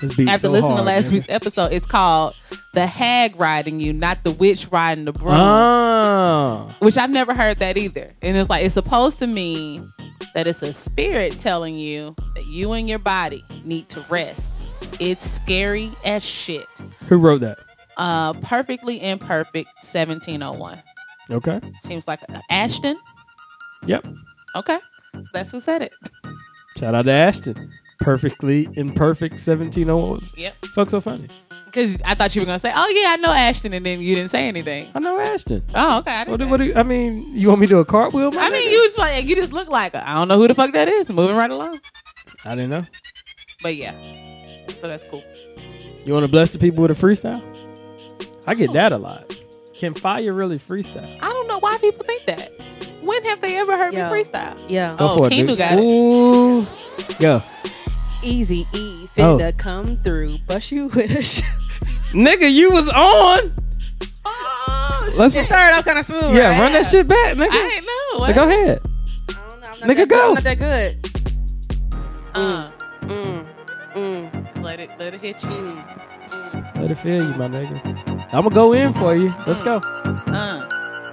This beat
after
so
listening
hard,
to last
man.
week's episode, it's called "The Hag Riding You, Not the Witch Riding the Broom,"
Uh, Ah,
which I've never heard that either. And it's like it's supposed to mean that it's a spirit telling you that you and your body need to rest. It's scary as shit.
who wrote that?
Uh, perfectly imperfect. Seventeen oh one
Okay.
seems like Ashton.
Yep.
Okay, that's who said it.
Shout out to Ashton. Perfectly imperfect seventeen oh one.
Yep.
Fuck so funny.
Because I thought you were gonna say, "Oh yeah, I know Ashton," and then you didn't say anything.
I know Ashton.
Oh, okay. I, didn't
What, do-
know.
what do you, I mean? You want me to do a cartwheel? my
I
nigga?
mean, you just like you just look like I I don't know who the fuck that is. Moving right along,
I didn't know.
but yeah, so that's cool.
You want to bless the people with a freestyle? I get that a lot. Can fire really freestyle?
I don't know why people think that. When have they ever heard
Yeah.
me freestyle?
Yeah.
Go
Oh,
for it,
Keanu
dude.
got it.
Ooh. Go.
Easy E,
finna
finna come through, bust you with a sh-
Oh. Nigga, you was on.
Oh,
Let's
It started off kind of smooth.
yeah,
right?
run that shit back, nigga.
I ain't know.
Go ahead.
I don't know. I'm not that
Nigga,
good.
go.
I'm not that good.
Uh,
Mm, mm,
let it let it hit you.
mm, mm.
Let it feel you, my nigga. I'm gonna go in for you. Let's go.
Uh,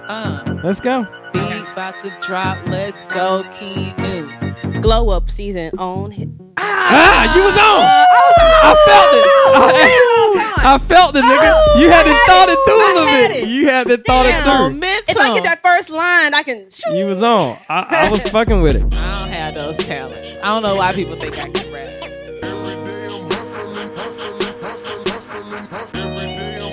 uh,
Let's go.
be about to drop. Let's go, Keanu.
Glow up season on. Hit.
Ah, you was on.
Oh,
I felt
Oh,
it. I, I felt it, nigga. You had to thought it through a
I had
little bit.
it.
You had to thought it
Damn.
through.
Momentum.
If I get that first line, I can.
You was on. I, I was fucking with it.
I don't have those talents. I don't know why people think I can rap.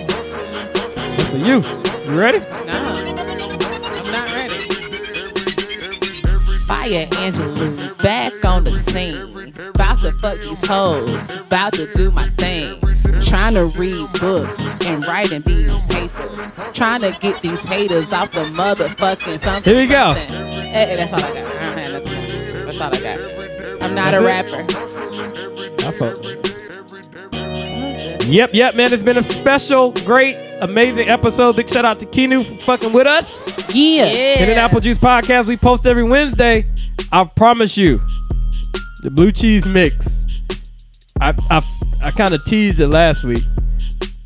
For you. You ready?
No, I'm not ready. Fire Angelou back on the scene. About to fuck these hoes. About to do my thing. Trying to read books and writing these papers. Trying to get these haters off the motherfucking something.
Here we go.
something. Eh, eh, that's all I got. I don't have nothing else. That's all I got. I'm not a
That's
rapper.
I felt it. Yep, yep, man. It's been a special, great, amazing episode. Big shout out to Kinu for fucking with us.
Yeah.
In an
Yeah.
Apple Juice podcast we post every Wednesday. I promise you, the blue cheese mix. I I, I kind of teased it last week.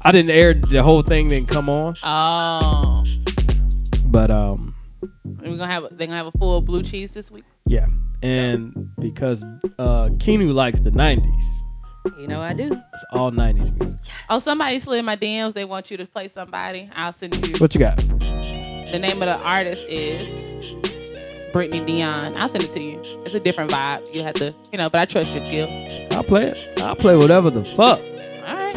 I didn't air the whole thing, didn't come on,
Oh.
but um,
We're gonna have they're gonna have a full blue cheese this week.
yeah. And because uh, Kinu likes the '90s,
You know I do.
it's all '90s music.
Oh, somebody slid my DMs. They want you to play somebody. I'll send you.
What you got?
The name of the artist is Brittany Dion. I'll send it to you. It's a different vibe. You have to, you know, but I trust your skills.
I'll play it. I'll play whatever the fuck.
All right.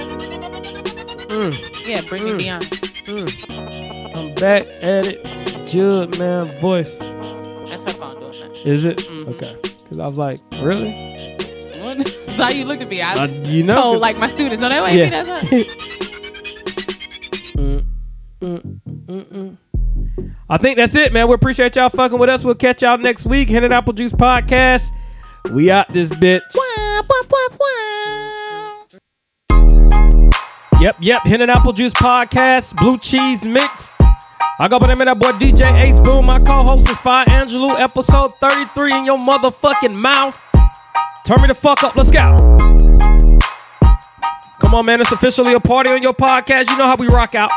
Mm,
Yeah, Brittany
Mm.
Dion.
mm. I'm back at it. Jude man voice.
That's her phone doing
Is it
Mhm.
okay? Because I was like, really?
that. That's how you looked at me. I
Uh,
was
you know,
told
'cause-
like my students, no, that ain't me. That's her.
Mm, mm, mm, mm. I think that's it, man. We appreciate y'all fucking with us. We'll catch y'all next week. Hen and Apple Juice Podcast. We out this bitch.
Wah, wah, wah, wah.
Yep, yep. Hen and Apple Juice Podcast. Blue Cheese Mix. I go by the name of that boy DJ Ace Boom. My co-host is Fire Angelou. Episode 33 in your motherfucking mouth. Turn me the fuck up. Let's go. Come on, man. It's officially a party on your podcast. You know how we rock out.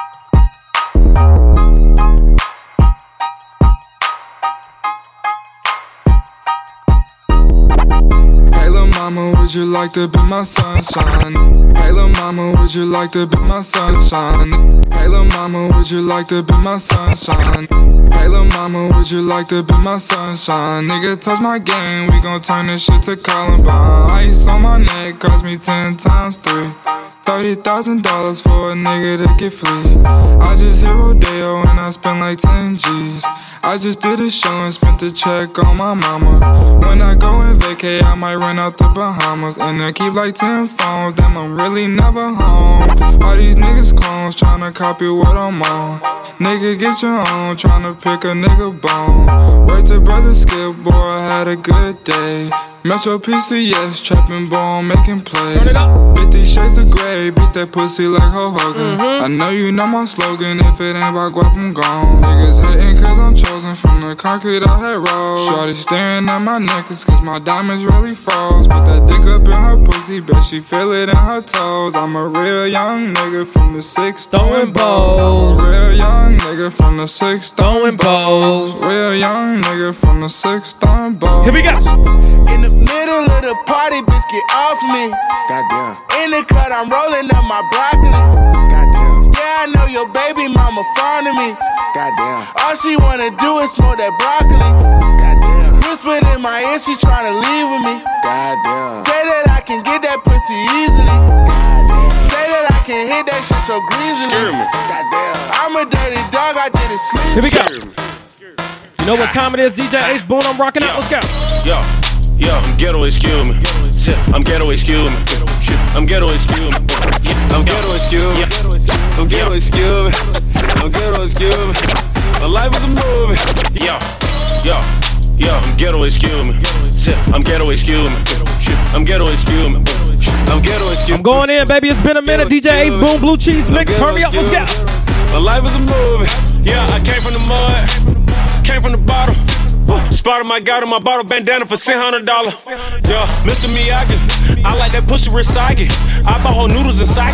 Hey little mama, would you like to be my sunshine? Hey little mama, would you like to be my sunshine? Hey little mama, would you like to be my sunshine? Hey little mama, would you like to be my sunshine? Nigga, touch my game, we gon' turn this shit to Columbine. Ice on my neck, cost me ten times three. Thirty thousand dollars for a nigga to get free. I just hit Rodeo and I spent like ten G's. I just did a show and spent the check on my mama. When I go and vacay, I might run out the Bahamas. And I keep like ten phones, damn, I'm really never home. All these niggas clones tryna copy what I'm on. Nigga, get your own, tryna pick a nigga bone. Wait to brother skip, boy, I had a good day. Metro PCS, trapping boy, I'm making plays.
it up.
50 shades of gray, beat that pussy like Ho Hogan.
Mm-hmm.
I know you know my slogan, if it ain't about guap, I'm gone. Niggas hating cause I'm chosen from the concrete I had rolled. Shorty staring at my necklace cause my diamonds really froze. Put that dick up in her pussy, bet she feel it in her toes. I'm a real young nigga from the six
Throwing
I'm
balls.
a real young nigga from the six
Throwing balls.
Real young nigga from the six throwing balls.
Here we go.
In the middle of the party, bitch, get off me.
Goddamn.
In the cut, I'm rolling up my broccoli.
Goddamn.
Yeah, I know your baby mama fond of me.
Goddamn.
All she wanna do is smoke that broccoli.
Goddamn.
Whispered in my ear, she tryna leave with me.
Goddamn.
Say that I can get that pussy easily. Say that I can hit that shit so greasily.
Goddamn.
I'm a dirty dog, I did it sleazy.
Here we go. You know what time it is, DJ Ace Boone. I'm rocking out. Let's go.
Yo, yo, I'm ghetto, excuse me. Shit, I'm ghetto, excuse me. Shit, I'm ghetto, excuse me. I'm ghetto, excuse me. I'm ghetto, excuse me. I'm ghetto, excuse me. My life is a movie. Yo, yo, yo, I'm ghetto, excuse me. Shit, I'm ghetto, excuse me. Shit, I'm ghetto, excuse me. Shit, I'm ghetto, excuse
I'm going in, baby. It's been a minute. DJ Ace Boone, Blue Cheese Mix. Turn me up. Let's go.
My life is a movie. Yeah, I came from the mud, came from the bottom. Spotted my guy in my bottle bandana for six hundred dollar. Yeah, Mr. Miyagi. I like that pussy recycling. I bought her noodles and sake.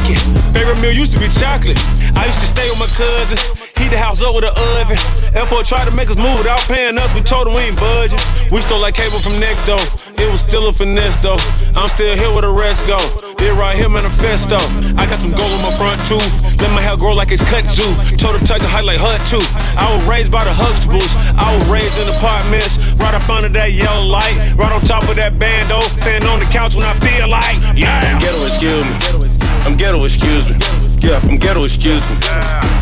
Favorite meal used to be chocolate. I used to stay with my cousins. Heat the house up with an oven. Airport tried to make us move without paying us. We told them we ain't budging. We stole that cable from next door. It was still a finesse though. I'm still here with the rest go. It right here manifesto. I got some gold in my front tooth. Let my hair grow like it's cut too. Total tug a height like hut too. I was raised by the Huxtables. I was raised in apartments. Right up under that yellow light. Right on top of that bando. Standing on the couch when I feel like. Yeah. I'm ghetto, excuse me. I'm ghetto, excuse me. Yeah, I'm ghetto, excuse me.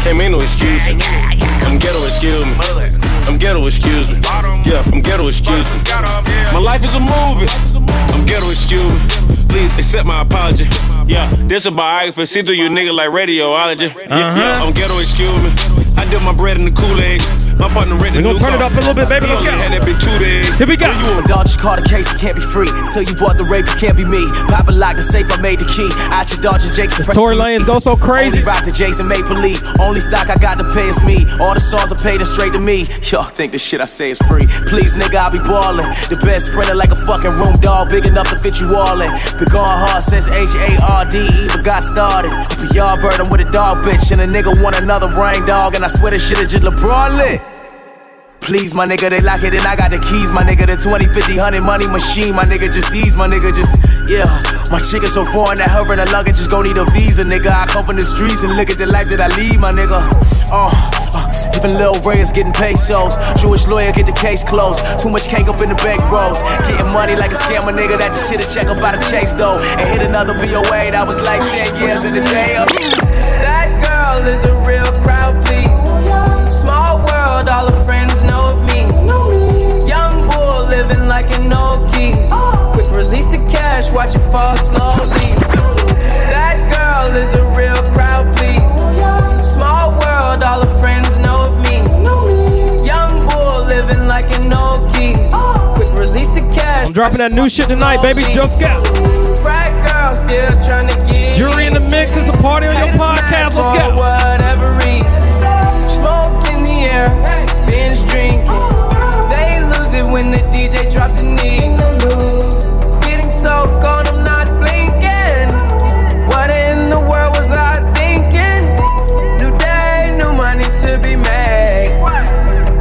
Came in no excuse me. I'm ghetto, excuse me. I'm ghetto, excuse me. Yeah, I'm ghetto, excuse me. My life is a movie. I'm ghetto, excuse me. Please accept my apology. Yeah, this a biography. See through you nigga like radiology.
Uh-huh.
Yeah, yeah, I'm ghetto, excuse me. I dip my bread in the Kool-Aid. My partner rented
We gonna turn it up a little bit, baby. Let's go.
Had that bitch two days.
Here we go.
When You a
Dodge your car, the case, you can't be free. Till you bought the rave, you can't be me. Papa locked the safe, I made the key. Out your Dodge and Jake's
Does Tory Lanez go so
Only
crazy?
rock the Jays and Maple Leaf. Only stock I got to pay is me. All the songs are paid and straight to me. Y'all think the shit I say is free. Please, nigga, I be ballin'. The best printer like a fucking room dog, big enough to fit you all in. Been going hard since H A R D E, but got started. If a yard bird, I'm with a dog bitch, and a nigga want another rain dog, and I swear this shit is just LeBron lit. Please, my nigga, they lock it and I got the keys, my nigga. The 20, 50, 100 money machine, my nigga just ease, my nigga just, yeah. My chicken so foreign that her and her luggage just gon' need a visa, nigga. I come from the streets and look at the life that I lead, my nigga. Uh, uh, even Lil Ray is getting pesos. Jewish lawyer get the case closed. Too much cake up in the back rows. Getting money like a scammer, nigga. That just hit a check up out of Chase, though. And hit another BOA that was like 10 years in the day. Of-
That girl is a real crowd, please. Small world, all her friends know of me. Young bull living like an old geese. Quick release the cash, watch it fall slowly. That girl is a real crowd, please. Small world, all her friends know of me. Young bull living like an old geese. Quick release the cash.
I'm dropping that new shit tonight, baby. Jump Scout.
Frat girl still trying to get
Jury in the mix. It's a party on your
Haters mad
podcast. Let's
for
go.
Whatever reason. Smoke in the air, binge drinking. They lose it when the DJ drops the knee. Getting so gone, I'm not blinking. What in the world was I thinking? New day, new money to be made.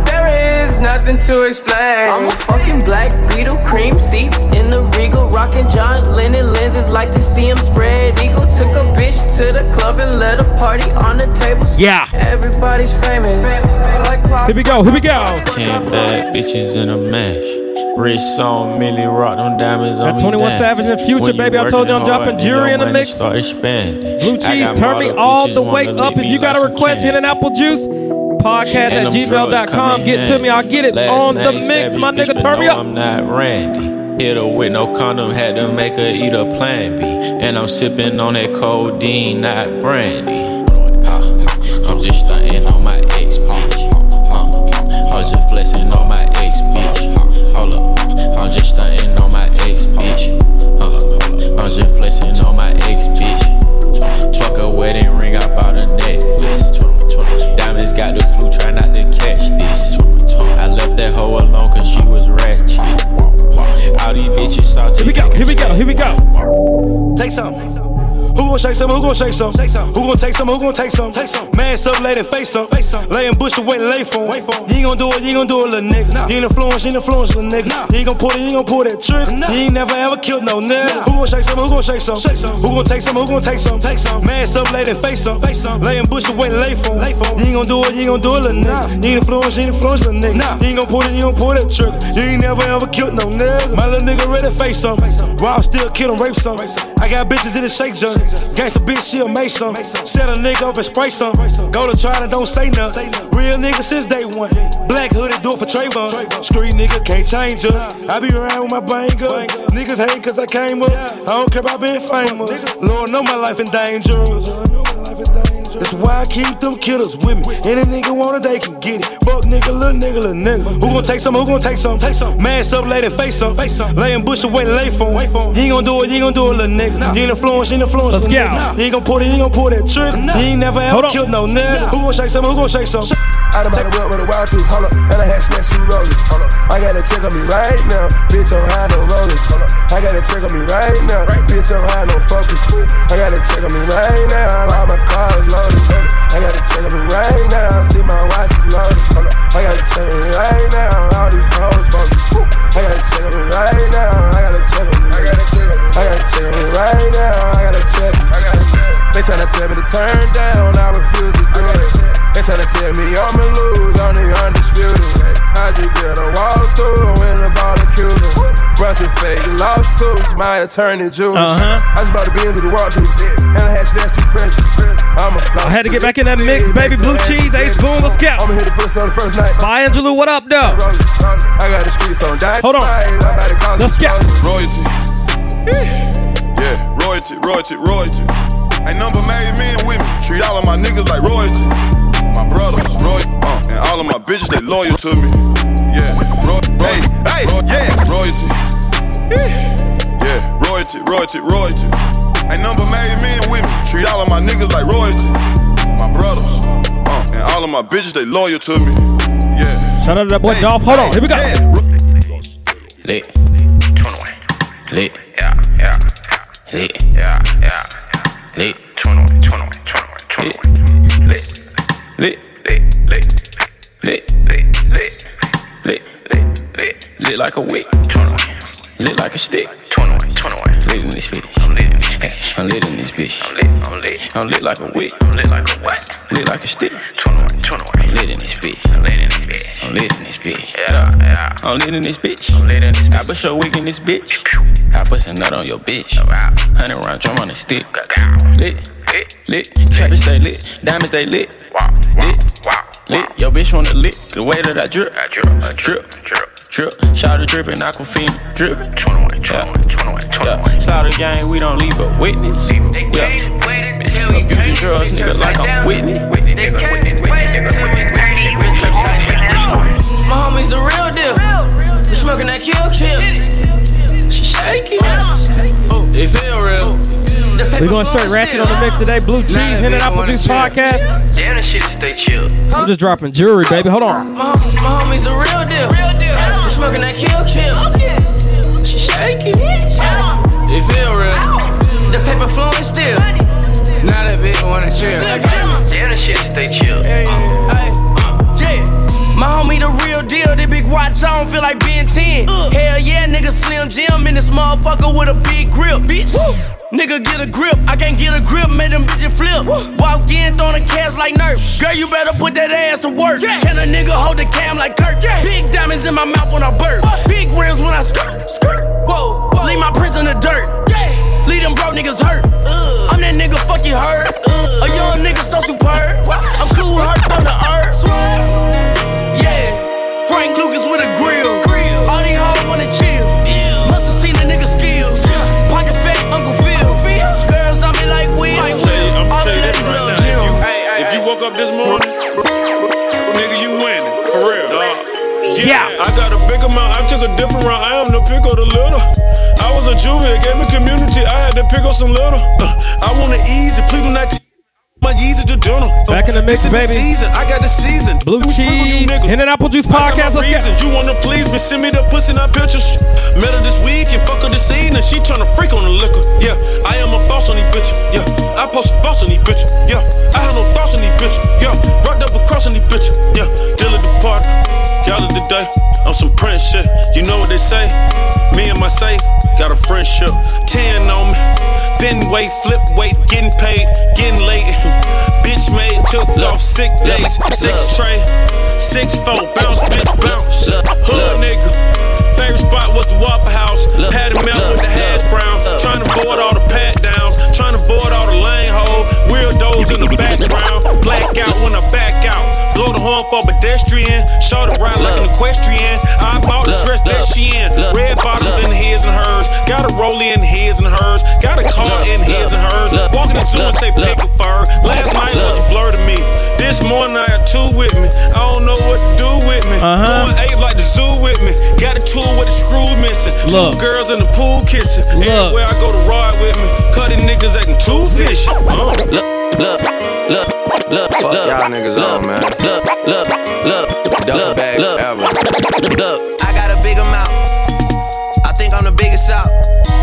There is nothing to explain. I'm a fucking black beetle, cream seats in the regal, rocking John Lennon lenses. Like to see him spread eagle. Took a bitch to the club and let a party on the table.
Yeah.
Everybody's famous. Like clock-
Here we go. Here we go.
Ten bad bitches in a mash. Wrist on Millie Rock, them diamonds on
That
me
21
dance.
Savage and Future,
When
baby, I told you I'm
working
dropping
hard,
Jury
your
in the
money
mix.
Start expanding.
Blue
I
cheese,
got
turn me
model
all
bitches
the way
wanna
up.
lick
If
me
you got a
like some
request, hit
candy.
an apple juice. Podcast
And
at
them drugs
gmail.com.
come in
Get to me. I'll
handy.
get it
Last
on the
name
mix.
Savage,
My
bitch,
nigga,
but
turn me
no,
up.
I'm not Randy. Hit her with no condom, had to make her eat a plan B. And I'm sipping on that codeine, not brandy. I'm just stunting on my ex, bitch. Huh. I'm just flexing on my ex, bitch. Hold up. I'm just stunting on my ex, bitch. Huh. I'm just flexing on my ex, bitch. Truck a wedding ring, I bought a necklace. Diamonds got the flu, try not to catch this. I left that hoe alone cause she was ratchet. All these bitches saw
Here we go. Here we go. Here we go.
Take some. Who gon' shake some? Who gon' shake some? Shake some. Who gon' take some? Who gon' take some? Take some. Mass up, lay the face up. Face up. Laying bush away, lay for Wait for You ain't gon' do it, you ain't gon' do it, little nigga. Nah. You ain't influence, you ain't influence, little nigga. Nah. You ain't gon' pull it, you ain't gon' pull that trick. Nah. You ain't never ever killed no nigga. Who gon' shake some? Who gon' shake some? Shake some. Who gon' take some? Who gon' take some? Take some. Mass up, lay the face up. Face up. Laying bush away, lay for Lay for You ain't gon' do it, you ain't gon' do it, little nigga. You ain't influence, you ain't influence, little nigga. Nah. You ain't gon' pull it, you ain't gon' pull that trick. You ain't never ever killed no nigga. My little nigga ready to face some. Rob still kill him, rape some. I got bitches in the shake jug. Gangsta bitch, she'll make some. Set a nigga up and spray some. Go to China, don't say nothing. Real nigga since day one. Black hoodie, do it for Trayvon. Street nigga, can't change up. I be around with my banger. Niggas hate cause I came up. I don't care about being famous. Lord know my life in danger. That's why I keep them killers with me. Any nigga want it, they can get it. Fuck nigga, little nigga, little nigga. Who gon' take some? Who gon' take some? Take some. Mass up, lady, face some. Face some. Laying bush away, lay for him. Wait for him. He ain't gon' do it, he ain't gon' do it, little nigga. You ain't influence, you ain't influence.
Let's
little
go.
nigga. He ain't gon' pull it, he ain't gon' pull that trick. He ain't never
Hold
ever
on.
killed no nigga. Who gon' shake some? Who gon' shake some?
I done bought a whip with a wild tooth, hold up. And I had snacks two rollers, hold up. I got a check on me right now, bitch, I'm high no rollers, hold up. I got a check on me right now, bitch, I'm high no focus. I got a check on me right now, all my car is loaded, hold up. I got a check on me right now, see my watch is loaded, hold up. I got a check on me right now, all these hoes focus. I got a check on me right now, I got a check on me, I got a check on me, I got a check on me right now, I got a check, I got a check. They tryna tell me to turn down, I refuse to do it. They tryna tell me I'ma lose on the undisputed. I just did a walkthrough and a ball accuser. Brushing fake lawsuits, my attorney Judas.
Uh-huh.
I just about to be into the walkthrough, and I had snatched two pressure. I'm a
I had to get back in that mix, baby. Blue cheese, ace boom, let's go.
I'ma hit the pussy on the first night.
Bye, Angelou. What up, though?
I got the streets on dynamite.
Hold on.
Let's
go.
Royalty. Yeah, royalty, royalty, royalty. Ain't number married men with me. Treat all of my niggas like royalty. My brothers, roy, uh, and all of my bitches, they loyal to me. Yeah, roy, hey, hey, yeah, royalty. Yeah, royalty, royalty, royalty. Ain't number married men with me. Treat all of my niggas like royalty. My brothers, uh, and all of my bitches, they loyal to me. Yeah.
Shout out to that boy Dolph. Hold on, here we go.
Lit. 21. Lit. Yeah, yeah. Lit. Yeah, yeah. Lit. 21, 21, 21, 21. Lit. Lit. Lit. Lit. Lit. Lit. Lit. Lit. Lit. Lit. Lit like a wick. 21. Lit like a stick. 21, 21. Lit in this bitch. I'm lit in this bitch. I'm lit in this bitch. I'm lit. I'm lit. I'm lit like a wick. I'm lit like a what? Lit like a stick. 21, 21. I'm lit in this bitch. I'm lit in this bitch. I'm lit in this bitch. Yeah, yeah. I'm lit in this bitch. I'm lit in this bitch. I bust your wig in this bitch. I bust a nut on your bitch. Hundred round drum on a stick. Lit, lit. Trappers they lit. Diamonds they lit. Lit, lit. Your bitch wanna lick the way that I drip. I drip, I drip, drip. Drip, shout a drip and I can feel it drip. 21, 21, 21, 21. Slaughter gang, we don't leave a witness. Yeah. Abusing drugs, nigga, like I'm Whitney.
My homies the real deal. We smoking that kill kill. She shaking. Oh, it feel real.
We're going straight ratchet on the mix today. Blue cheese, Hen and Apple Juice podcast.
Damn, that shit stay chill.
I'm just dropping jewelry, baby. Hold on.
My, hom- my homies the real deal. We smoking that kill kill. She shaking. It feel real. The paper flowing still. Not a bit wanna chill. Damn, that shit stay chill. Um,
Yeah. My homie, the real deal. That big watch on feel like being 10. Hell yeah, nigga, Slim Jim in this motherfucker with a big grip, bitch. Nigga, get a grip. I can't get a grip, made them bitches flip. Walked in, throwing a cash like Nerf. Girl, you better put that ass to work. Can a nigga hold the cam like Kirk? Big diamonds in my mouth when I burp. Big rims when I skirt, skirt. Whoa, Leave my prints in the dirt. Leave them broke niggas hurt. I'm that nigga, fuck you heard. A young nigga so superb. I'm cool, hurt on the earth. Yeah, Frank Lucas with a grill. All these hoes wanna chill. Must have seen a nigga skills. Pockets fat, Uncle Phil. Girls on me like Will.
I'ma tell you, I'ma tell you this right now. If you, if you woke up this morning, nigga, you winning. For real, dog. Yeah. I got a big amount. I took a different route. I am the pick or the little. I was a juvie. It gave me community. I had to pick up some little. Uh, I want to ease it. Please do not. T- my Yeezy the journal.
Back in the mix,
this is The
baby.
season. I got the season.
Blue cheese, Hen and Apple Juice
I
podcast.
got my
Let's go.
reasons. You wanna please me? Send me the pussy, not pictures. Met her this week and fuck her this evening. She tryna freak on the liquor. Yeah, I am a boss on these bitches. Yeah, I post a boss on these bitches. Yeah, I have no thoughts on these bitches. Yeah, rocked up across on these bitches. Yeah, deal at the party, y'all at the day. I'm some print shit. You know what they say? Me and my safe got a friendship. Ten on me. Been weight, flip weight, getting paid, getting late. Bitch made, took off sick days. Six tray, six four, bounce, bitch, bounce. Hood nigga. Favorite spot was the Waffle House. Patty melt with the hash brown. Trying to avoid all the pat downs. Trying to avoid all the lane hole. Weirdos in the background. Black out when I back out. Blow the horn for pedestrian. Short ride like an equestrian. I bought the dress that she in. Red bottles in his and hers. Got a rollie in his and hers. Got a car in his and hers. Walking the zoo and say pick a fur. Last night was a
Look.
Girls in the pool kissing. Everywhere I go to ride with me. Cutting niggas acting too fishy. Uh. Look, look, look, look,
Fuck y'all niggas
look,
on, man.
Look, look, look,
Duffel bag ever.
look.
I got a big amount. I think I'm the biggest out.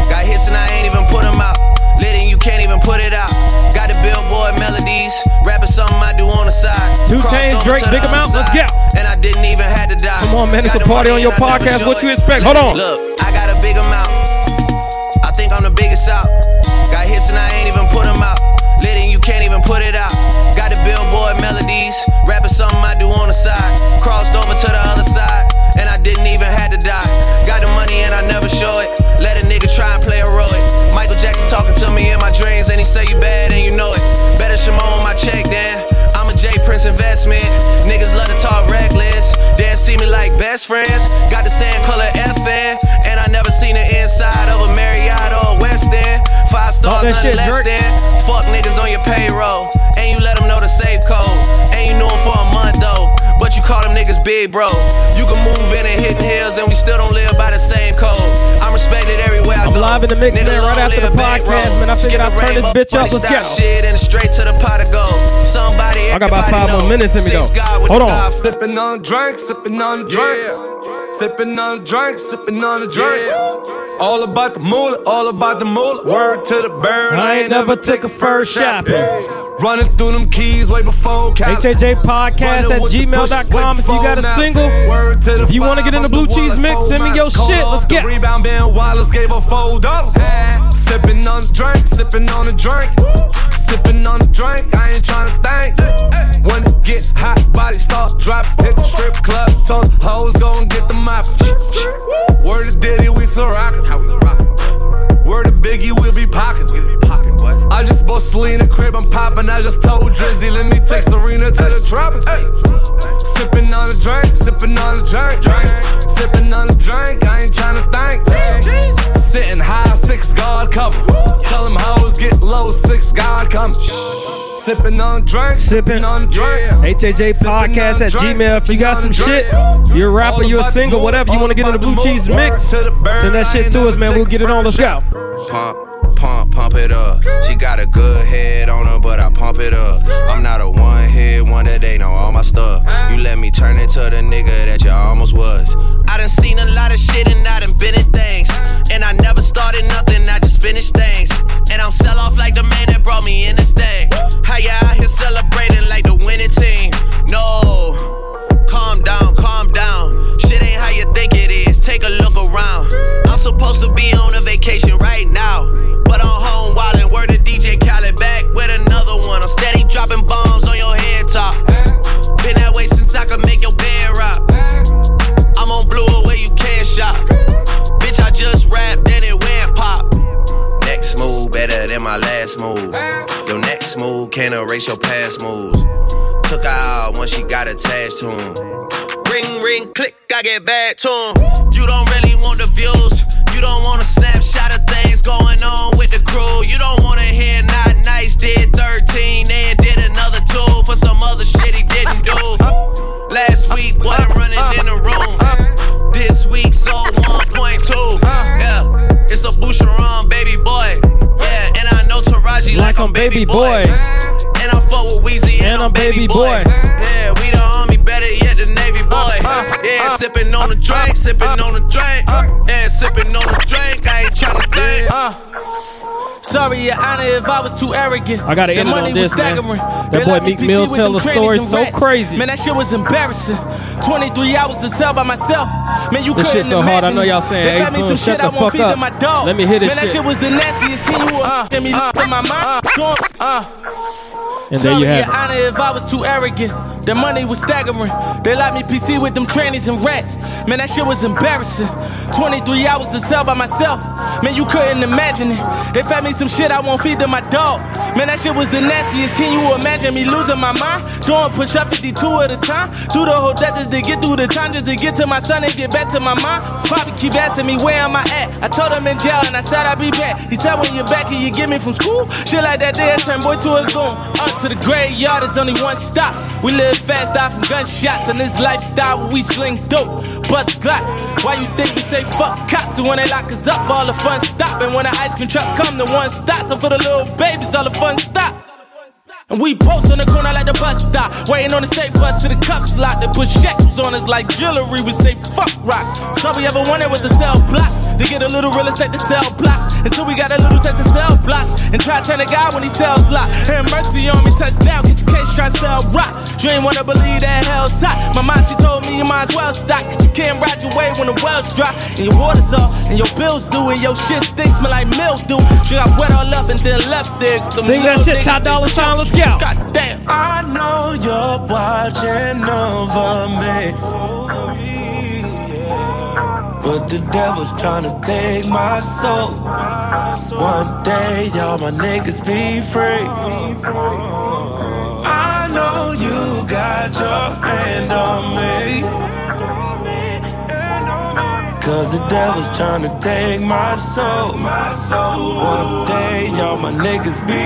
Got hits and I ain't even put 'em out. Lit and you can't even put it out. Got the billboard melodies. Rapping something I do on the side.
Two
Crossed
Chainz,
over
Drake,
to the
Big
other
Amount, let's
side.
go.
And I didn't even have to die.
Come on, man, it's
Got
a
the
party
money
on your
and I never
podcast.
show
What
it.
you expect? Hold on.
Look, I got a big amount. I think I'm the biggest out. Got hits and I ain't even put 'em out. Lit and you can't even put it out. Got the billboard melodies. Rapping something I do on the side. Crossed over to the other side. And I didn't even have to die. Got the money and I never show it. Let a nigga try and play heroic. Michael Jackson talking to me in my dreams. And he say you bad and you know it. Better Shimon on my check then. I'm a J Prince investment. Niggas love to talk reckless. Then see me like best friends. Got the same color FN. And I never seen the inside of a Marriott or a West End. Five
Talk
stars,
that
nothing
shit,
less
Drake.
than. Fuck niggas on your payroll. And you let them know the safe code. And you knew 'em for a month though. But you call them niggas big bro. You can move in and hidden hills and we still don't live by the same code. I'm respected everywhere I
I'm
go.
live in the mix, man, right after the podcast, man. I figured I'd turn this bitch up. Let's
Stop
go.
shit and straight to the pot of gold. Somebody
I got about
everybody
five
know.
more minutes in me,
Six
though.
God with
Hold
the
on.
God
Sipping on drink, sipping on drink. Sipping on drink, sipping on a drink. All about the moolah, all about the moolah. Word to the bird.
I ain't never took a first shot.
Running through them keys way before college.
HAJ podcast at gmail.com. If you got a single, if you want to get in the blue cheese mix, send me your shit. Let's
get. Rebound Ben Wallace gave her four dollars. Sipping on the drink, sipping on the drink. Sipping on the drink, I ain't tryna think. When it gets hot, body start dropping. Hit the strip club, told the hoes go and get the mop. Word to Diddy, we still rockin'. Word to Biggie, we'll be pockin'. I just bought Selena crib, I'm poppin'. I just told Drizzy, let me take Serena to the tropics. Sippin' on a drink, sippin' on a drink, drink. Sippin' on a drink, I ain't tryna think. Sitting high, six guard cover. Tell them hoes get low, six guard come. Sippin' on a drink, sippin' on a drink.
HAJ podcast at gmail. If you got some shit, you're a rapper, you're a single, whatever, you want to get in the blue cheese mix, send that shit to us, man. We'll get it on. Let's go.
Pump, pump, pump it up. She got a good head on her, but I pump it up. I'm not a one head one that they know all my stuff. You let me turn into the nigga that you almost was. I done seen a lot of shit and I done been in things. And I never started nothing, I just finished things. And I'm sell off like the man that brought me in this thing. How ya out here celebrating like the winning team? No. Calm down, calm down. Shit ain't how you think it is. Take a look around. I'm supposed to be on a vacation right now. But I'm home wildin'. Word to DJ Khaled back with another one. I'm steady dropping bombs on your head top. Been that way since I could make your bed rock. I'm on blue away, you can't shop. Bitch, I just rapped and it went pop. Next move better than my last move. Your next move can't erase your past moves. Took her out when she got attached to him. Ring, ring, click, I get back to him. You don't really want the views. You don't want a snapshot of things going on with the crew. You don't want to hear not nice. Did 13 and did another two for some other shit he didn't do. Last week, what I'm running in the room. This week, so 1.2. Yeah, it's a Boucheron, baby boy. Yeah, and I know Taraji like,
Like I'm baby boy.
and I fuck with Weezy and, I'm baby boy. Yeah, we the army, better yet the Navy boy. yeah, sipping on a drink, sipping on a drink. yeah, sipping on a drink. I ain't tryna think.
Uh.
Sorry, your honor, if I was too arrogant.
I gotta
The
end it on
money
this,
was
man.
staggering.
That
They
boy
let me
Meek
PC
Mill
with
tell
them
a
crannies
story
and
so
rats.
crazy.
Man, that shit was embarrassing. 23 hours in cell by myself. Man, you couldn't
This shit so hard,
imagine
I know
it.
y'all saying,
They
"Hey,
fed me
Boone,
some
shut
shit
the
I won't
fuck
feed to
up."
my dog.
Let me hear this
Man, that
shit.
shit was the nastiest thing you uh, give me uh, in my mind. Going, uh.
And there you
Sorry,
have
your
it.
honor, if I was too arrogant. The money was staggering. They locked me PC with them trannies and rats. Man, that shit was embarrassing. 23 hours in cell by myself. Man, you couldn't imagine it. They fed me some shit I won't feed to my dog. Man, that shit was the nastiest. Can you imagine me losing my mind? Doing push up 52 at a time. Do the whole death just to get through the time, just to get to my son and get back to my mom. So Poppy keep asking me where am I at. I told him in jail and I said I'd be back. He said when you're back, can you get me from school? Shit like that, they turn boy to a goon. Up to the graveyard, there's only one stop. We live fast, die from gunshots, and this lifestyle where we sling dope. bust glocks. Why you think we say fuck cops? Cause when they lock us up, all the fun stop. And when the ice cream truck come, the one stop. So for the little babies, all the fun stop. And we post on the corner like the bus stop. Waiting on the state bus to the cups lot. They put shackles on us like jewelry. We say fuck rock. So we ever wanted was to sell blocks. To get a little real estate to sell blocks. Until we got a little taste to sell blocks. And try to turn a guy when he sells lot. And mercy on me, touchdown. Get your case, try to sell rock. You ain't wanna believe that hell's hot. My mom, she told me you might as well stop. Cause you can't ride your way when the well's dry. And your water's up, and your bills due. And your shit stinks, smell like mildew. She got wet all up and then left there. 'Cause them
Sing that
little
shit,
niggas,
Ty
they
Dolla Sign. Let's go.
God damn.
I know you're watching over me. But the devil's trying to take my soul. One day, all my niggas be free. I know you got your hand on me. Cause the devil's trying to take my soul. One day, all my niggas be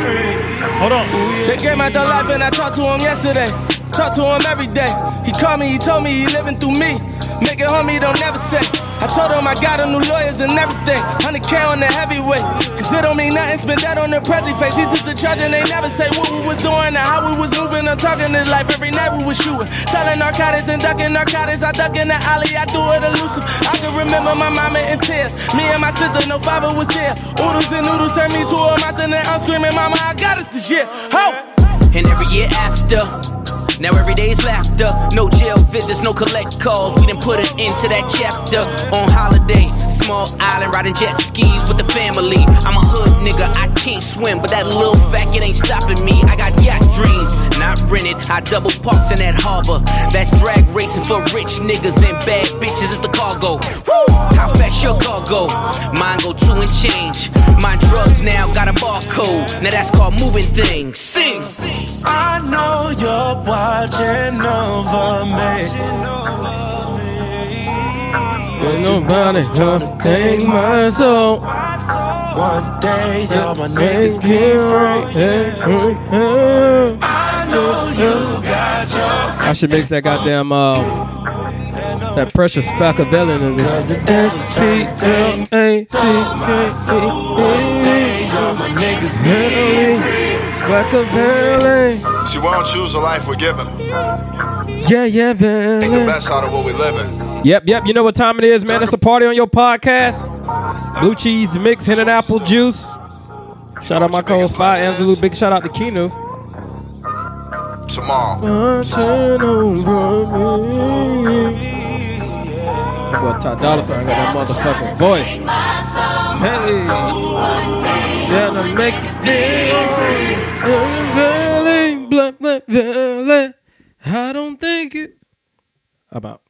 free.
Hold on. They came out the life and I talked to him yesterday. Talk to him every day. He called me, he told me he living through me. Make it homie, don't never say. I told him I got him new lawyers and everything. 100K on the heavyweight. Cause it don't mean nothing, spend that on the present face. He took the charge and they never say what we was doing and how we was moving. I'm talking this life every night we was shooting. Selling narcotics and ducking narcotics. I duck in the alley, I do it elusive. I can remember my mama in tears. Me and my sister, no father was there. Oodles and noodles turned me to a mountain and I'm screaming, Mama, I got it this year. Ho!
And every year after, now every day is laughter. No jail visits, no collect calls. We done put it into that chapter. On holiday, small island, riding jet skis with the family. I'm a hood nigga, I can't swim, but that little fact, it ain't stopping me. I got yacht dreams, not rented. I double parked in that harbor. That's drag racing for rich niggas and bad bitches. It's the cargo. Woo! How fast your car go? Mine go two and change. My drugs now got a barcode. Now that's called moving things. Sing.
I know you're watching over me.
Ain't nobody gonna take my soul.
One day, all my niggas be
free.
I know you got your.
I should mix that goddamn uh that precious Machiavellian in there.
See, why don't choose a life we're given?
Yeah, yeah,
Make the
Velen.
best out of what we live in.
Yep, yep. You know what time it is, man. It's a party on your podcast. Blue cheese mix, hen and apple juice. Shout out my co-host Fire Angelou. Big shout out to Kino.
Tomorrow.
Turn over me. Boy, Ty Dolla Sign got that motherfucking voice. Hey, gonna make me free. Velen, blood, blood, Velen. I don't think it. About.